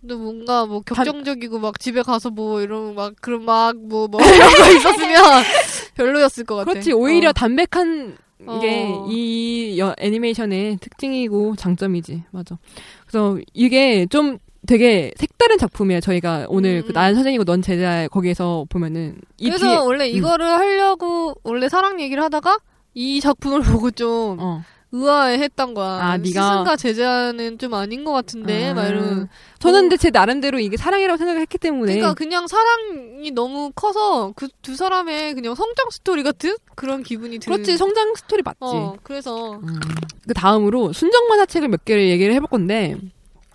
근데 뭔가 뭐 격정적이고 막 집에 가서 뭐 이런 막 그런 막 뭐 뭐 이런 거 있었으면 별로였을 것 같아. 그렇지, 오히려 어. 담백한 이게 어. 이 여- 애니메이션의 특징이고 장점이지. 맞아. 그래서 이게 좀 되게 색다른 작품이에요. 저희가 오늘 음. 그 난 선생이고 넌 제자 거기에서 보면은 이 음. 그래서 어. 뒤에- 원래 이거를 하려고 원래 사랑 얘기를 하다가 이 작품을 보고 좀 어. 의아해했던 거야. 아, 네가- 스승과 제자는 좀 아닌 것 같은데 아. 막 이런. 저는 근데 제 나름대로 이게 사랑이라고 생각했기 때문에 어. 그러니까 그냥 사랑이 너무 커서 그 두 사람의 그냥 성장 스토리 같은 그런 기분이 드는. 그렇지 성장 스토리 맞지. 어, 그래서 그 다음으로 순정 만화책을 몇 개를 얘기를 해볼 건데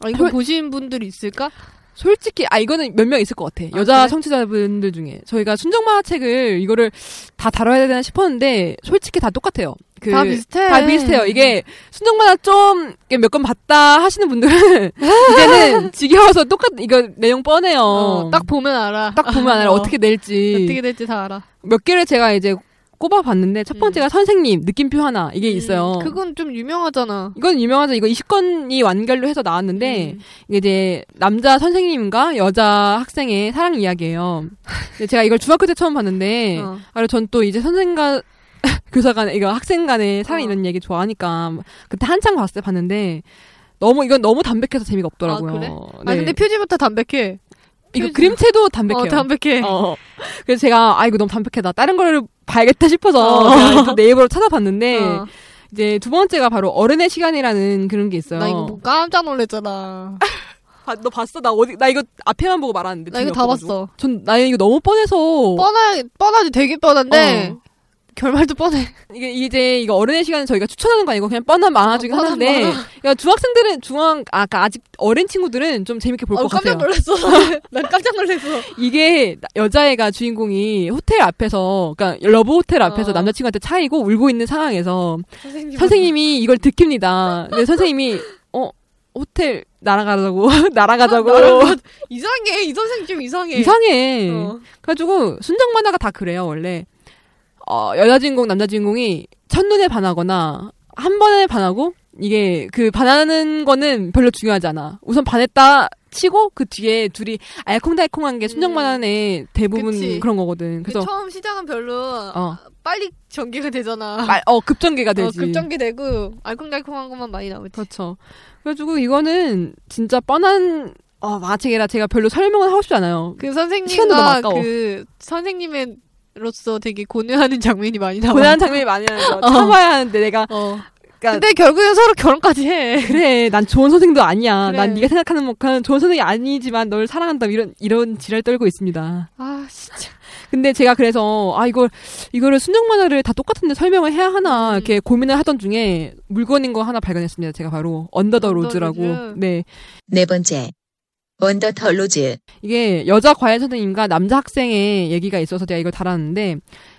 아, 이거 별- 보신 분들 있을까? 솔직히 아 이거는 몇 명 있을 것 같아. 아, 여자 그래? 청취자분들 중에 저희가 순정 만화책을 이거를 다 다뤄야 되나 싶었는데 솔직히 다 똑같아요. 그- 다 비슷해. 다 비슷해요. 이게 순정 만화 좀몇 건 봤다 하시는 분들은 이제는 지겨워서 똑같 이거 내용 뻔해요. 네. 어, 딱 보면 알아. 딱 보면 알아 어. 어떻게 낼지 어떻게 될지 다 알아. 몇 개를 제가 이제 꼽아봤는데 첫 번째가 선생님 느낌표 하나 이게 있어요. 음, 그건 좀 유명하잖아. 이건 유명하죠. 이거 20건이 완결로 해서 나왔는데 음. 이게 이제 남자 선생님과 여자 학생의 사랑 이야기예요. 근데 제가 이걸 중학교 때 처음 봤는데 어. 아, 전또 이제 선생과 교사 간에 이거 학생 간의 사랑 어. 이런 얘기 좋아하니까 그때 한창 봤을 때 봤는데 너무 이건 너무 담백해서 재미가 없더라고요. 아, 그래? 네. 아 근데 표지부터 담백해. 이거 표지- 그림체도 담백해요. 어, 담백해. 어. 그래서 제가 아 이거 너무 담백해 나 다른 걸 봐야겠다 싶어서 어. 제가 또 네이버로 찾아봤는데 어. 이제 두 번째가 바로 어른의 시간이라는 그런 게 있어요. 나 이거 뭐 보고 깜짝 놀랐잖아. 아, 너 봤어? 나 어디 나 이거 앞에만 보고 말았는데. 나 이거 다 봤어. 전나 이거 너무 뻔해서 뭐 뻔하 뻔하지 되게 뻔한데 어. 결말도 뻔해. 이게 이제 이거 어른의 시간은 저희가 추천하는 거 아니고 그냥 뻔한 만화 중에 어, 뻔한 하나인데 만화. 그러니까 중학생들은 중학 아까 아직 어린 친구들은 좀 재밌게 볼 어, 것 같아요. 깜짝 놀랐어. 난 깜짝 놀랐어. 이게 여자애가 주인공이 호텔 앞에서 그러니까 러브 호텔 앞에서 어. 남자친구한테 차이고 울고 있는 상황에서 선생님. 선생님이 이걸 듣깁니다. 근데 선생님이 어 호텔 날아가자고 날아가자고 나랑 이상해. 이 선생님 좀 이상해. 이상해. 어. 그래가지고 순정 만화가 다 그래요 원래 어, 여자 주인공 남자 주인공이 첫눈에 반하거나 한 번에 반하고 이게 그 반하는 거는 별로 중요하지 않아 우선 반했다 치고 그 뒤에 둘이 알콩달콩한 게 순정 음. 만화의 대부분 그치. 그런 거거든 그래서 처음 시작은 별로 어, 빨리 전개가 되잖아. 말- 어 급전개가 되지 어, 급전개되고 알콩달콩한 것만 많이 나오지. 그렇죠 그래가지고 이거는 진짜 뻔한 어, 만화책이라 제가 별로 설명을 하고 싶지 않아요 그 시간도 너무 선생님과 아까워. 그 선생님으로서 되게 고뇌하는 장면이 많이 나와. 고난한 장면이 많이 나서 아, 어. 참아야 하는데 내가 어. 그러니까 근데 결국엔 서로 결혼까지 해. 그래, 난 좋은 선생도 아니야. 그래. 난 네가 생각하는 만큼 좋은 선생이 아니지만 널 사랑한다. 이런 이런 지랄 떨고 있습니다. 아 진짜. 근데 제가 그래서 아 이걸 이거를 순정 만화를 다 똑같은데 설명을 해야 하나 음. 이렇게 고민을 하던 중에 물건인 거 하나 발견했습니다. 제가 바로 언더 더 언더 로즈라고. 로즈. 네, 네 번째. 원더터 로즈. 이게 여자 과외 선생님과 남자 학생의 얘기가 있어서 제가 이걸 달았는데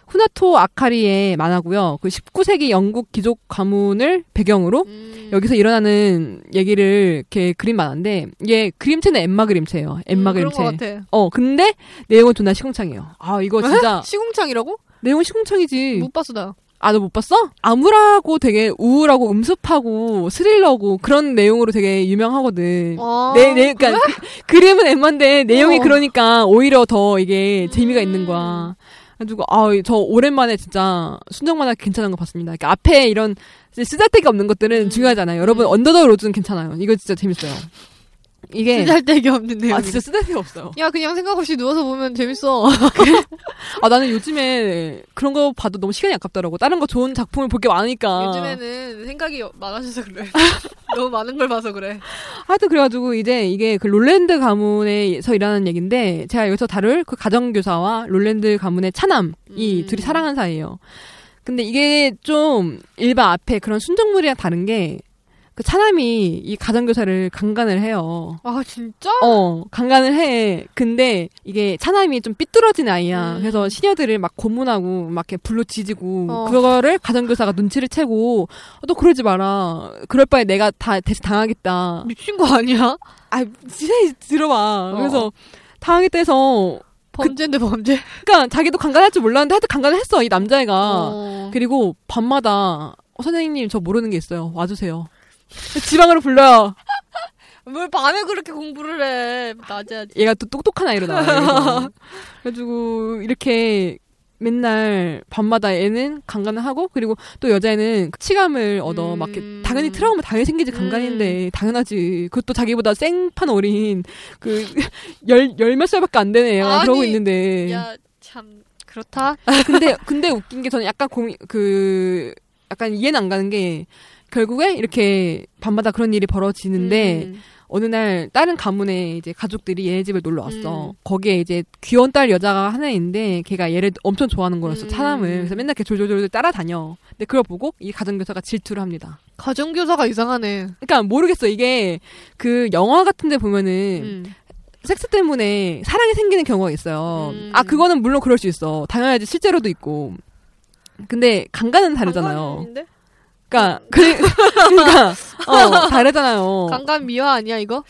후나토 아카리의 만화고요. 그 19세기 영국 귀족 가문을 배경으로 음. 여기서 일어나는 얘기를 이렇게 그린 만화인데 이게 그림체는 엠마 그림체예요. 엠마 음, 그림체. 그런 것 같아. 어 근데 내용은 존나 시궁창이에요. 아 이거 진짜 시궁창이라고? 내용 은 시궁창이지. 못 봤어 나. 아 너 못 봤어? 암울하고 되게 우울하고 음습하고 스릴러고 그런 내용으로 되게 유명하거든. 아, 내, 내, 그러니까 그, 림은 엠마인데 내용이 어. 그러니까 오히려 더 이게 재미가 음. 있는 거야. 그래가지고 아저 오랜만에 진짜 순정 만화 괜찮은 거 봤습니다. 그러니까 앞에 이런 이제 쓰잘데기 없는 것들은 음. 중요하잖아요. 여러분 언더더 로즈는 괜찮아요. 이거 진짜 재밌어요. 이게 쓰잘데기 없는 내용. 예. 아 진짜 쓰잘데기 없어요. 야 그냥 생각 없이 누워서 보면 재밌어. 아 나는 요즘에 그런 거 봐도 너무 시간이 아깝더라고. 다른 거 좋은 작품을 볼 게 많으니까. 요즘에는 생각이 많아져서 그래. 너무 많은 걸 봐서 그래. 하여튼 그래가지고 이제 이게 그 롤랜드 가문에서 일하는 얘기인데 제가 여기서 다룰 그 가정교사와 롤랜드 가문의 차남 이 음. 둘이 사랑한 사이예요. 근데 이게 좀 일반 앞에 그런 순정물이랑 다른 게 그 차남이 이 가정교사를 강간을 해요. 아 진짜? 어, 강간을 해. 근데 이게 차남이 좀 삐뚤어진 아이야. 음. 그래서 시녀들을 막 고문하고 막 이렇게 불로 지지고 어. 그거를 가정교사가 눈치를 채고 어, 너 그러지 마라. 그럴 바에 내가 다 대신 당하겠다. 미친 거 아니야? 아, 진짜 들어봐. 어. 그래서 당하겠다 해서, 범죄인데 범죄. 그니까 자기도 강간할 줄 몰랐는데 하여튼 강간을 했어, 이 남자애가. 어. 그리고 밤마다, 어, 선생님, 저 모르는 게 있어요. 와주세요. 지방으로 불러요. 뭘 밤에 그렇게 공부를 해? 낮에 하지. 얘가 또 똑똑한 아이로 나와요. 그래서. 그래가지고, 이렇게 맨날 밤마다 애는 강간을 하고 그리고 또 여자애는 치감을 얻어 막 이렇게 음. 당연히 트라우마 당연히 생기지 강간인데 당연하지 그것도 자기보다 생판 어린 그 열 열 몇 살밖에 안 되는 애가 아니, 그러고 있는데 야, 참. 그렇다? 아, 근데 근데 웃긴 게 저는 약간 고민 그 약간 이해는 안 가는 게 결국에 이렇게 밤마다 그런 일이 벌어지는데 음. 어느 날 다른 가문의 이제 가족들이 얘네 집에 놀러 왔어. 음. 거기에 이제 귀여운 딸 여자가 하나 있는데 걔가 얘를 엄청 좋아하는 거였어. 음. 사람을. 그래서 맨날 걔 졸졸졸 따라다녀. 근데 그걸 보고 이 가정교사가 질투를 합니다. 가정교사가 이상하네. 그러니까 모르겠어. 이게 그 영화 같은 데 보면은 음. 섹스 때문에 사랑이 생기는 경우가 있어요. 음. 아, 그거는 물론 그럴 수 있어. 당연하지. 실제로도 있고. 근데 강간은 다르잖아요. 강간인데? 그러니까 그- 그러니까 어, 다르잖아요. 강간 미화 아니야, 이거?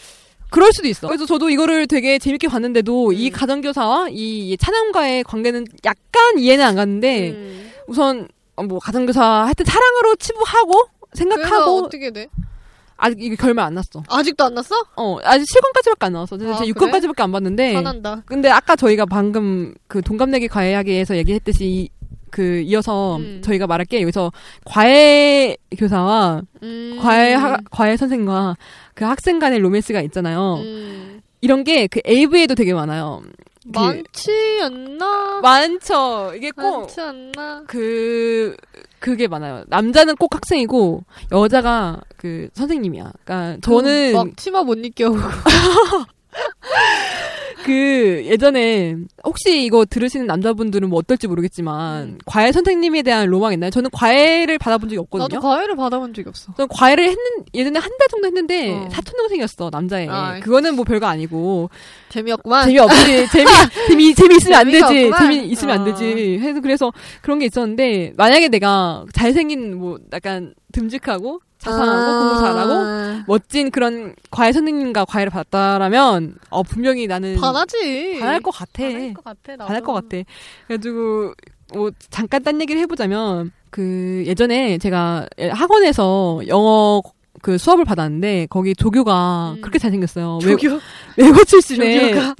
그럴 수도 있어. 그래서 저도 이거를 되게 재밌게 봤는데도 이 음. 가정교사와 이 차남과의 관계는 약간 이해는 안 갔는데 음. 우선 어, 뭐 가정교사 하여튼 사랑으로 치부하고 그래서 생각하고 어떻게 돼? 아직 이게 결말 안 났어. 아직도 안 났어? 어 아직 7권까지밖에 안 나왔어. 제가 아, 그래? 6권까지밖에 안 봤는데 화난다. 근데 아까 저희가 방금 그 동갑내기 과외하기에서 얘기했듯이 이- 그 이어서 음. 저희가 말할 게 여기서 과외 교사와 음. 과외 하, 과외 선생과 그 학생 간의 로맨스가 있잖아요. 음. 이런 게 그 AV에도 되게 많아요. 그- 많지 않나? 많죠. 이게 꼭 아. 많지 않나? 그, 그게 많아요. 남자는 꼭 학생이고, 여자가 그 선생님이야. 그니까 저는 음, 막 치마 못 입게 하고. 그 예전에, 혹시 이거 들으시는 남자분들은 뭐 어떨지 모르겠지만, 음. 과외 선생님에 대한 로망이 있나요? 저는 과외를 받아본 적이 없거든요. 나도 과외를 받아본 적이 없어. 저는 과외를 했는, 예전에 한 달 정도 했는데, 어. 사촌동생이었어, 남자애. 아, 그거는 뭐 별거 아니고, 재미없구만. 재미없지. 재미, 재미, 재미있으면 안 재미가 되지. 없구만. 재미있으면 안 아. 되지. 해서 그래서 그런 게 있었는데, 만약에 내가 잘생긴, 뭐, 약간 듬직하고, 아, 자상하고, 공부 잘하고, 음. 멋진 그런 과외 선생님과 과외를 받았다라면, 어, 분명히 나는. 반하지. 반할 것 같아. 반할 것 같아. 나도. 반할 것 같아. 그래가지고, 뭐, 잠깐 딴 얘기를 해보자면, 그, 예전에 제가 학원에서 영어, 그 수업을 받았는데 거기 조교가 음. 그렇게 잘생겼어요. 네. 외- 조교. 외고 출신에 조교가?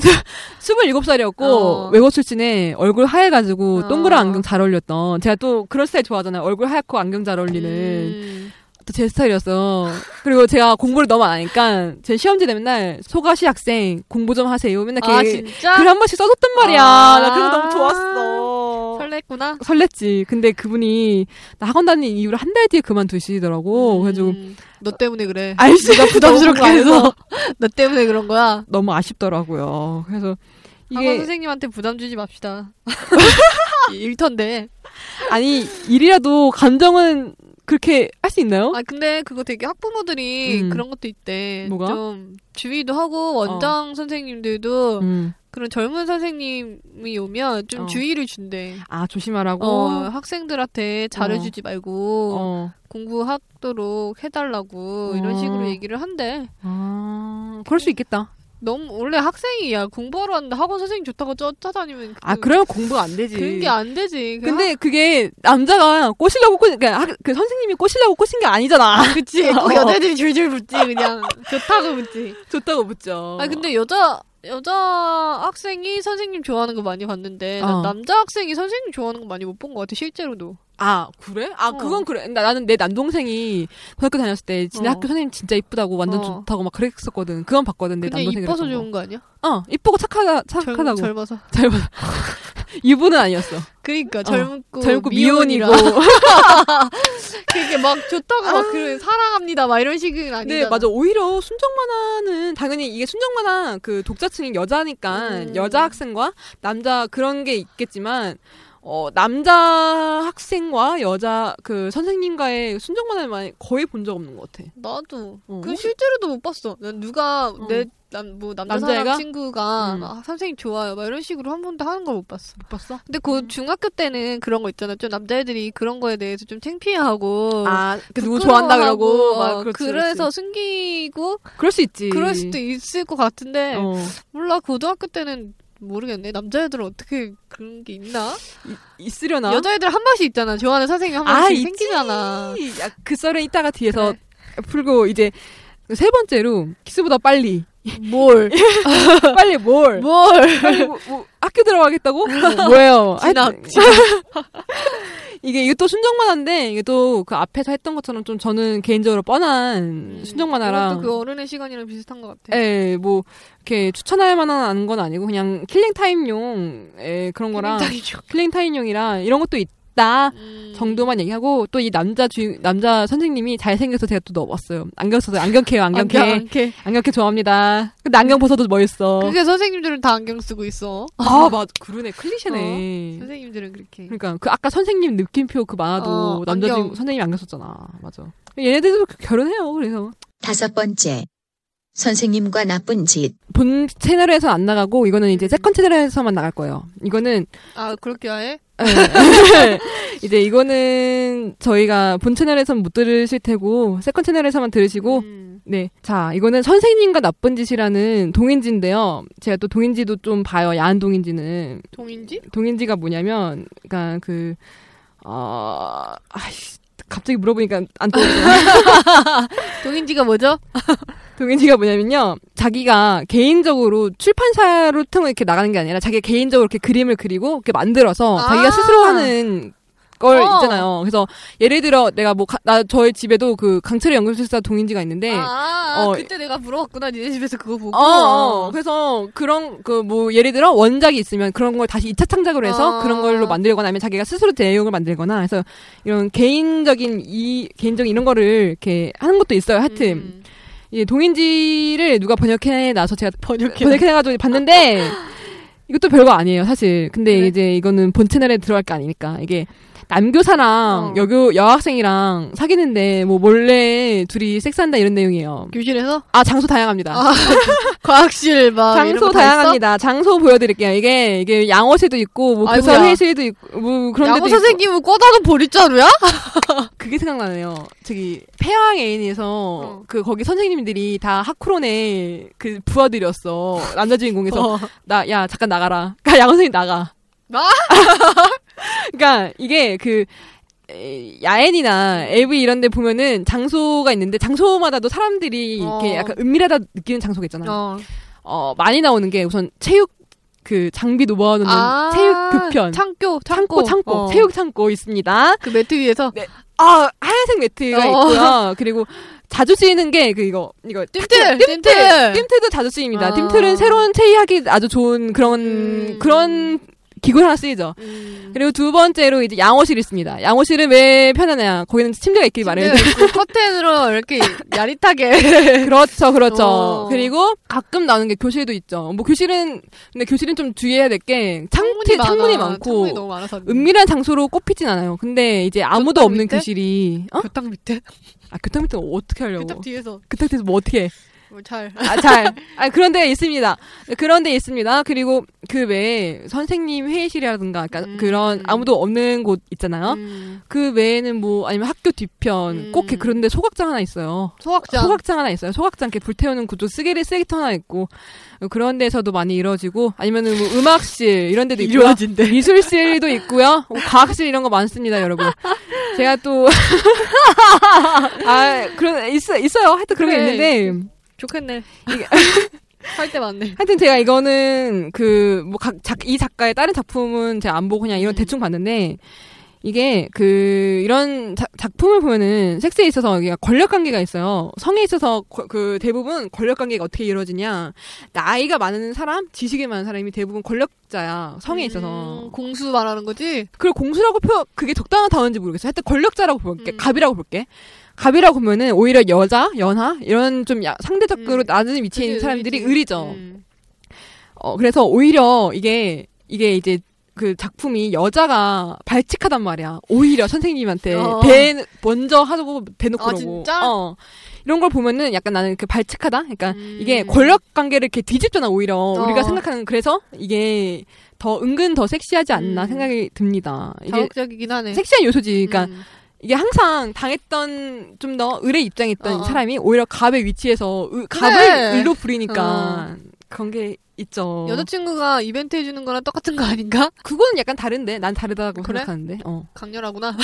27살이었고 어. 외고 출신에 얼굴 하얘가지고 어. 동그란 안경 잘 어울렸던 제가 또 그런 스타일 좋아하잖아요. 얼굴 하얗고 안경 잘 어울리는 음. 또 제 스타일이었어. 그리고 제가 공부를 너무 안 하니까 제 시험지 내 맨날 소가시 학생 공부 좀 하세요. 맨날 아 걔 진짜? 글 한 번씩 써줬단 말이야. 아. 나 그래서 너무 좋았어. 설렜구나. 설렜지. 근데 그분이 나 학원 다니는 이후로 한 달 뒤에 어, 그만두시더라고. 그래가지고 음. 너 때문에 그래. 아이씨 내가 부담스럽게 너무 해서. 너 때문에 그런 거야. 너무 아쉽더라고요. 그래서 학원 이게 선생님한테 부담 주지 맙시다. 일턴데. 아니 일이라도 감정은 그렇게 할 수 있나요? 아 근데 그거 되게 학부모들이 어? 음. 그런 것도 있대. 뭐가? 어. 좀 주의도 하고 원장 선생님들도 음. 그런 젊은 선생님이 오면 좀 어. 주의를 준대. 아 어, 조심하라고. 학생들한테 잘해주지 말고 어. 공부하도록 해달라고 어. 이런 식으로 얘기를 한대. 아 그럴 수 있겠다. 너무 원래 학생이야 공부하러 왔는데 학원 선생님 좋다고 쫓아다니면 아 그러면 공부가 안 되지. 음. 그런 게 안 되지. 그 근데 그게 남자가 꼬시려고 꼬신 그러니까 학- 그 선생님이 꼬시려고 꼬신 게 아니잖아. 어, 하- 그치 꼭 여자애들이 줄줄 붙지 그냥 좋다고 붙지. 좋다고 묻죠. 아 근데 여자 여자 학생이 선생님 좋아하는 거 많이 봤는데 난 어. 남자 학생이 선생님 좋아하는 거 많이 못 본 것 같아 실제로도. 아 그래? 아 어. 그건 그래. 나, 나는 내 남동생이 고등학교 다녔을 때 진짜 어. 학교 선생님 진짜 이쁘다고 완전 어. 좋다고 막 그랬었거든. 그건 봤거든 내 그냥 남동생이. 이뻐서 그랬던 좋은 거 아니야? 거. 어 이쁘고 뭐. 착하다 젊- 착하다고. 젊어서. 젊은 유부는 아니었어. 그러니까 젊고, 젊고 미혼이라. 미혼이고. 아. 그게 막 좋다고 막 그래 사랑합니다 막 이런 식은 아니잖아. 네, 맞아. 오히려 순정 만화는 당연히 이게 순정 만화 그 독자층이 여자니까 음. 여자 학생과 남자 그런 게 있겠지만 어 남자 학생과 여자 그 선생님과의 순정 만화를 많이 거의 본 적 없는 것 같아. 나도 어. 그 실제로도 못 봤어. 난 누가 어. 내 남 뭐 남자 남자애가? 사람 친구가 음. 막 선생님 좋아요 막 이런 식으로 한 번도 하는 걸 못 봤어. 못 봤어? 근데 그 중학교 때는 그런 거 있잖아. 좀 남자애들이 그런 거에 대해서 좀 창피해하고. 아, 그 누구 부끄러워하고, 좋아한다 그러고 막 어, 그렇지, 그래서 그렇지. 숨기고 그럴 수 있지. 그럴 수도 있을 것 같은데 어. 몰라 고등학교 때는 모르겠네 남자애들은 어떻게 그런 게 있나 이- 있으려나? 여자애들 한 맛이 있잖아 좋아하는 선생님 한 맛이 생기잖아 있지. 야, 그 썰은 이따가 뒤에서 그래. 풀고 이제 세 번째로 키스보다 빨리 뭘 빨리 뭘 예. 뭘. 빨리 뭐, 뭐 학, 학교 들어가겠다고? 뭐예요? 진학, 하여튼- 이게 이게 또 순정 만화인데 이게 또 그 앞에서 했던 것처럼 좀 저는 개인적으로 뻔한 순정 만화랑 그 어른의 시간이랑 비슷한 것 같아. 예, 뭐 이렇게 추천할 만한 건 아니고 그냥 킬링 타임용 예, 그런 거랑 킬링타임용. 킬링 타임용이랑 이런 것도 있다. 음. 정도만 얘기하고 또 이 남자 주 남자 선생님이 잘생겨서 제가 또 넣어봤어요. 안경 써서 안경캐요, 안경캐. 아, 안경, 안경캐. 안경. 좋아합니다. 근데 안경 벗어도 멋있어. 그게 선생님들은 다 안경 쓰고 있어. 아, 맞아. 그러네. 클리셰네. 선생님들은 그렇게. 그러니까 그 아까 선생님 느낌표 그 만화도 어, 남자 안경. 친 선생님이 안경 썼잖아. 맞아. 얘네들도 결혼해요. 그래서 다섯 번째. 선생님과 나쁜 짓. 본 채널에서 안 나가고 이거는 음. 이제 세컨 채널에서만 나갈 거예요. 이거는 아 그렇게 아예? 이제 이거는 저희가 본 채널에서는 못 들으실 테고 세컨 채널에서만 들으시고 음. 네. 자, 이거는 선생님과 나쁜 짓이라는 동인지인데요. 제가 또 동인지도 좀 봐요. 야한 동인지는. 동인지? 동인지가 뭐냐면, 그니까 그, 어, 아이씨, 갑자기 물어보니까 안 떠오르네. 동인지가 뭐죠? 동인지가 뭐냐면요. 자기가 개인적으로 출판사로 통해 이렇게 나가는 게 아니라 자기가 개인적으로 이렇게 그림을 그리고 이렇게 만들어서 아. 자기가 스스로 하는 걸 어. 있잖아요. 그래서 예를 들어 내가 뭐, 가- 나 저희 집에도 그 강철의 연금술사 동인지가 있는데 아, 아, 어. 그때 내가 물어봤구나 니네 집에서 그거 보고. 어, 어. 그래서 그런 그 뭐 예를 들어 원작이 있으면 그런 걸 다시 2차 창작으로 해서 어. 그런 걸로 만들거나 아니면 자기가 스스로 내용을 만들거나 해서 이런 개인적인 이 개인적인 이런 거를 이렇게 하는 것도 있어요. 하여튼 음. 이 동인지를 누가 번역해 놔서 제가 번역해. 번역해 가지고 봤는데 이것도 별거 아니에요, 사실. 근데 그래? 이제 이거는 본 채널에 들어갈 게 아니니까 이게 남교사랑 어. 여교 여학생이랑 사귀는데 뭐 몰래 둘이 섹스한다 이런 내용이에요. 교실에서 아 장소 다양합니다. 아, 과학실 막 어, 이런 장소 거다 다양합니다. 장소 보여드릴게요. 이게 이게 양호실도 있고 뭐 아이고야. 교사 회의실도 있고 뭐 있어? 그런 데도 있고. 야구 선생님은 꽂아둔 보리자루야? 그게 생각나네요. 저기 폐왕 애인에서 어. 그 거기 선생님들이 다 하쿠론의 그 부하들이었어 남자 주인공에서 어. 나 야 잠깐 나가라. 그러니까 양호 선생님 나가. 나? 그러니까 이게 그 에, 야엔이나 AV 이런 데 보면은 장소가 있는데 장소마다도 사람들이 어. 이렇게 약간 은밀하다 느끼는 장소가 있잖아요. 어. 어, 많이 나오는 게 우선 체육 그 장비도 모아놓는 체육 급편 창교, 창고 창고, 창고 어. 체육 창고 있습니다. 그 매트 위에서 아 하얀색 매트가 어. 있고요. 그리고 자주 쓰이는 게 그 이거 이거 띨틀, 띠틀 띨틀. 띠틀도 자주 쓰입니다. 아. 띠틀은 새로운 체의하기 아주 좋은 그런 음. 그런 기구 하나 쓰이죠. 음. 그리고 두 번째로 이제 양호실 있습니다. 양호실은 왜 편하냐? 거기는 침대가 있기 마련이죠. 침대가 있고 그 커튼으로 이렇게 야릿하게 그렇죠, 그렇죠. 어. 그리고 가끔 나오는 게 교실도 있죠. 뭐 교실은 근데 교실은 좀 주의해야 될 게 창문이, 많아. 창문이 많고 창문이 너무 많아서 음. 은밀한 장소로 꼽히진 않아요. 근데 이제 아무도 교탁 없는 밑에? 교실이 어? 교탁 그 밑에 아 교탁 밑에 어떻게 하려고? 교탁 뒤에서 교탁 뒤에서 뭐 어떻게? 해? 뭐잘 아 잘. 아 그런 데가 있습니다. 그런 데 있습니다. 그리고 그 외에 선생님 회의실이라든가 그러니까 음. 그런 아무도 없는 곳 있잖아요. 음. 그 외에는 뭐 아니면 학교 뒤편 음. 꼭 이렇게 그런데 소각장 하나 있어요. 소각장 소각장 하나 있어요. 소각장 이렇게 불태우는 구조 쓰레기 쓰레기통 하나 있고 어, 그런 데서도 많이 이루어지고 아니면은 뭐 음악실 이런 데도 있고요. 미술실도 있고요. 어, 과학실 이런 거 많습니다, 여러분. 제가 또 아, 그런 있어 있어요. 하여튼 그런 그래. 게 있는데 좋겠네 할 때 많네 하여튼 제가 이거는 그뭐각이 작가의 다른 작품은 제가 안 보고 그냥 이런 음. 대충 봤는데 이게 그 이런 자- 작품을 보면은 섹스에 있어서 여기가 권력 관계가 있어요. 성에 있어서 거- 그 대부분 권력 관계가 어떻게 이루어지냐 나이가 많은 사람, 지식이 많은 사람이 대부분 권력자야. 성에 있어서 음, 공수 말하는 거지 그걸 공수라고 표 그게 적당한 단어인지 모르겠어. 하여튼 권력자라고 볼게. 음. 갑이라고 볼게. 갑이라고 보면은 오히려 여자, 연하 이런 좀 야- 상대적으로 음. 낮은 위치에 있는 그치, 사람들이 의리지. 의리죠. 음. 어, 그래서 오히려 이게, 이게 이제 그 작품이 여자가 발칙하단 말이야. 오히려 선생님한테 어. 대, 먼저 하고 대놓고 아, 그러고. 진짜? 어. 이런 걸 보면은 약간 나는 그 발칙하다? 그러니까 음. 이게 권력 관계를 이렇게 뒤집잖아, 오히려. 우리가 어. 생각하는, 그래서 이게 더 은근 더 섹시하지 않나 음. 생각이 듭니다. 이게 자극적이긴 하네 섹시한 요소지. 그러니까 음. 이게 항상 당했던 좀 더 을의 입장에 있던 어. 사람이 오히려 갑의 위치에서 을- 갑을 그래. 을로 부리니까 그런 게 있죠. 어. 여자친구가 이벤트 해주는 거랑 똑같은 거 아닌가 그거는 약간 다른데 난 다르다고 그래? 생각하는데 어. 강렬하구나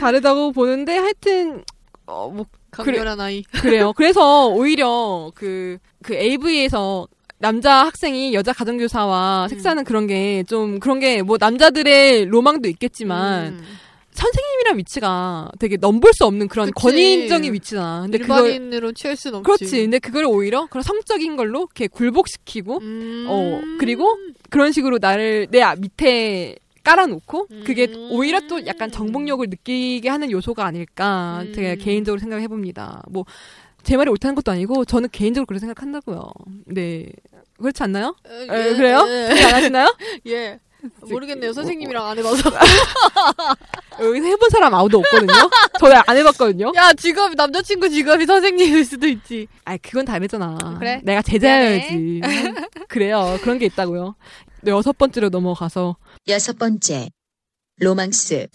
다르다고 보는데 하여튼 어, 뭐 강렬한 아이 그래요 그래서 오히려 그 그 AV에서 남자 학생이 여자 가정교사와 색사는 그런 게 좀 그런 게 뭐 남자들의 로망도 있겠지만 음. 선생님이란 위치가 되게 넘볼 수 없는 그런 그치. 권위적인 위치잖아. 근데 그걸 일반인으로 취할 순 없지. 그렇지. 근데 그걸 오히려 그런 성적인 걸로 이렇게 굴복시키고 음. 어 그리고 그런 식으로 나를 내 아- 밑에 깔아놓고 그게 음. 오히려 또 약간 정복력을 느끼게 하는 요소가 아닐까 음. 제가 개인적으로 생각해 봅니다. 뭐 제 말이 옳다는 것도 아니고 저는 개인적으로 그렇게 생각한다고요. 네 그렇지 않나요? 에, 에, 그래요? 어, 안 예. 하시나요? 예. 모르겠네요. 선생님이랑 안 해봐서. 여기서 해본 사람 아무도 없거든요. 저도 안 해봤거든요. 야, 직업, 남자친구 직업이 선생님일 수도 있지. 아 그건 다르잖아. 그래? 내가 제자여야지. 그래요. 그런 게 있다고요. 네, 여섯 번째로 넘어가서 여섯 번째. 로망스.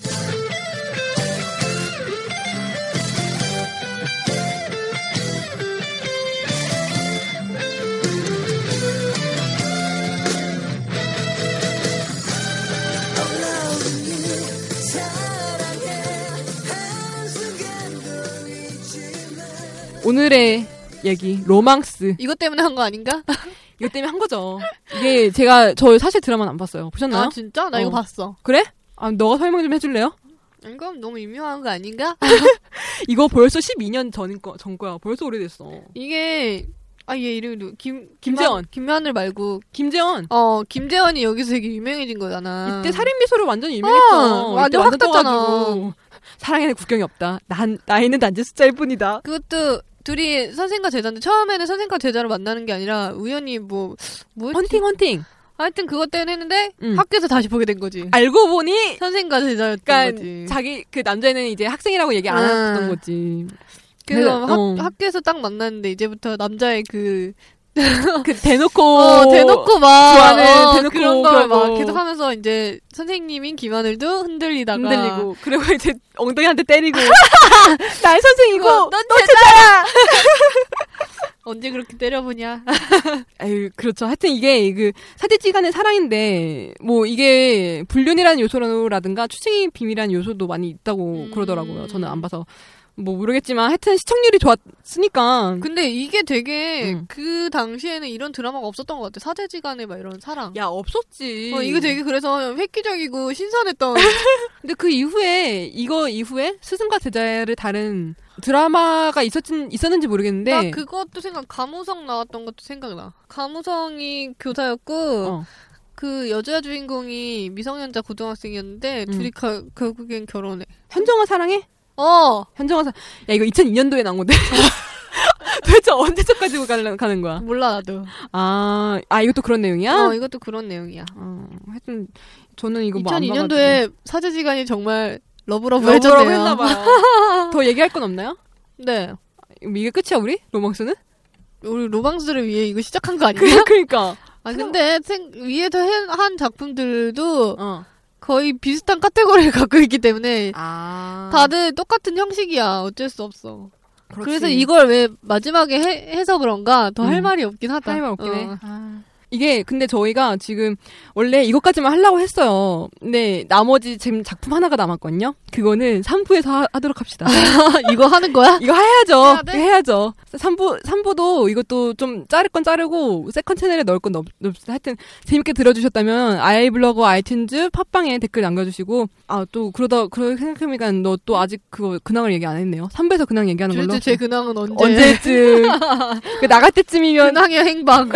오늘의 얘기 로망스 이것 때문에 한 거 아닌가? 이거 때문에 한 거죠. 이게 제가 저 사실 드라마는 안 봤어요. 보셨나요? 아, 진짜? 나 이거 어. 봤어. 그래? 아, 너가 설명 좀 해줄래요? 이건 너무 유명한 거 아닌가? 이거 벌써 12년 전, 거, 전 거야. 벌써 오래됐어. 이게, 아, 얘 이름이 누구? 김, 김재원. 김한, 을 말고, 김재원. 어, 김재원이 여기서 되게 유명해진 거잖아. 이때 살인미소로 완전 유명했잖아. 어, 완전 확 떴잖아. 떠가지고. 사랑에는 국경이 없다. 난, 나이는 단지 숫자일 뿐이다. 그것도 둘이 선생과 제자인데 처음에는 선생과 제자를 만나는 게 아니라 우연히 뭐 뭐였지? 헌팅, 헌팅. 하여튼 그것 때문에 했는데 음. 학교에서 다시 보게 된 거지. 알고 보니 선생과 제자였던 그러니까 거지. 아, 자기 그 남자애는 이제 학생이라고 얘기 안 아. 했던 거지. 그래서 네, 학, 어. 학교에서 딱 만났는데 이제부터 남자의 그 그 대놓고 어, 대놓고 막 좋아하는 어, 대놓고 뭐 그런 걸 막 그러고. 계속하면서 이제 선생님인 김하늘도 흔들리다가 흔들리고 그리고 이제 엉덩이한테 때리고 날 선생이고 이거 넌 언제 그렇게 때려보냐. 에휴, 그렇죠. 하여튼 이게 그 사대지간의 사랑인데 뭐 이게 불륜이라는 요소라든가 추징 비밀이라는 요소도 많이 있다고 음. 그러더라고요. 저는 안 봐서 뭐 모르겠지만 하여튼 시청률이 좋았으니까 근데 이게 되게 음. 그 당시에는 이런 드라마가 없었던 것 같아. 사제지간에 막 이런 사랑. 야 없었지. 어, 이거 되게 그래서 획기적이고 신선했던 근데 그 이후에 이거 이후에 스승과 제자를 다른 드라마가 있었진 있었는지 모르겠는데 나 그것도 생각 가무성 나왔던 것도 생각나 가무성이 교사였고 어. 그 여자 주인공이 미성년자 고등학생이었는데 음. 둘이 가- 결국엔 결혼해 현정아 사랑해? 어 현정아 사랑. 야 이거 2002년도에 나온 건데. 도대체 언제쯤까지 가려- 가는 거야? 몰라 나도 아, 아 이것도 그런 내용이야? 어 이것도 그런 내용이야 어, 하여튼 저는 이거 뭐안 2002년도에 사제지간이 정말 봐가지고. 러브러브 러브라고 해줬네요 했나봐요. 더 얘기할 건 없나요? 네 이게 끝이야 우리 로망스는? 우리 로망스를 위해 이거 시작한 거 아니야? 그, 그러니까. 아 근데 생, 위에서 해- 한 작품들도 어. 거의 비슷한 카테고리를 갖고 있기 때문에 아. 다들 똑같은 형식이야 어쩔 수 없어 그렇지. 그래서 이걸 왜 마지막에 해, 해서 그런가 더 할 음. 말이 없긴 하다. 할말 없긴 해. 어. 이게 근데 저희가 지금 원래 이것까지만 하려고 했어요. 근데 나머지 지금 작품 하나가 남았거든요. 그거는 3부에서 하, 하도록 합시다. 이거 하는 거야? 이거 해야죠. 해야 돼? 해야죠. 3부, 3부도 이것도 좀 자를 건 자르고, 세컨 채널에 넣을 건 넣, 넣읍시다. 하여튼, 재밌게 들어주셨다면, 아이블로그, 아이튠즈, 팟빵에 댓글 남겨주시고, 아, 또, 그러다, 그러 생각해보니까 너 또 아직 그거, 근황을 얘기 안 했네요. 3부에서 근황 얘기하는 걸로. 도대체 제 근황은 언제? 언제쯤. 그 나갈 때쯤이면, 근황의 행방.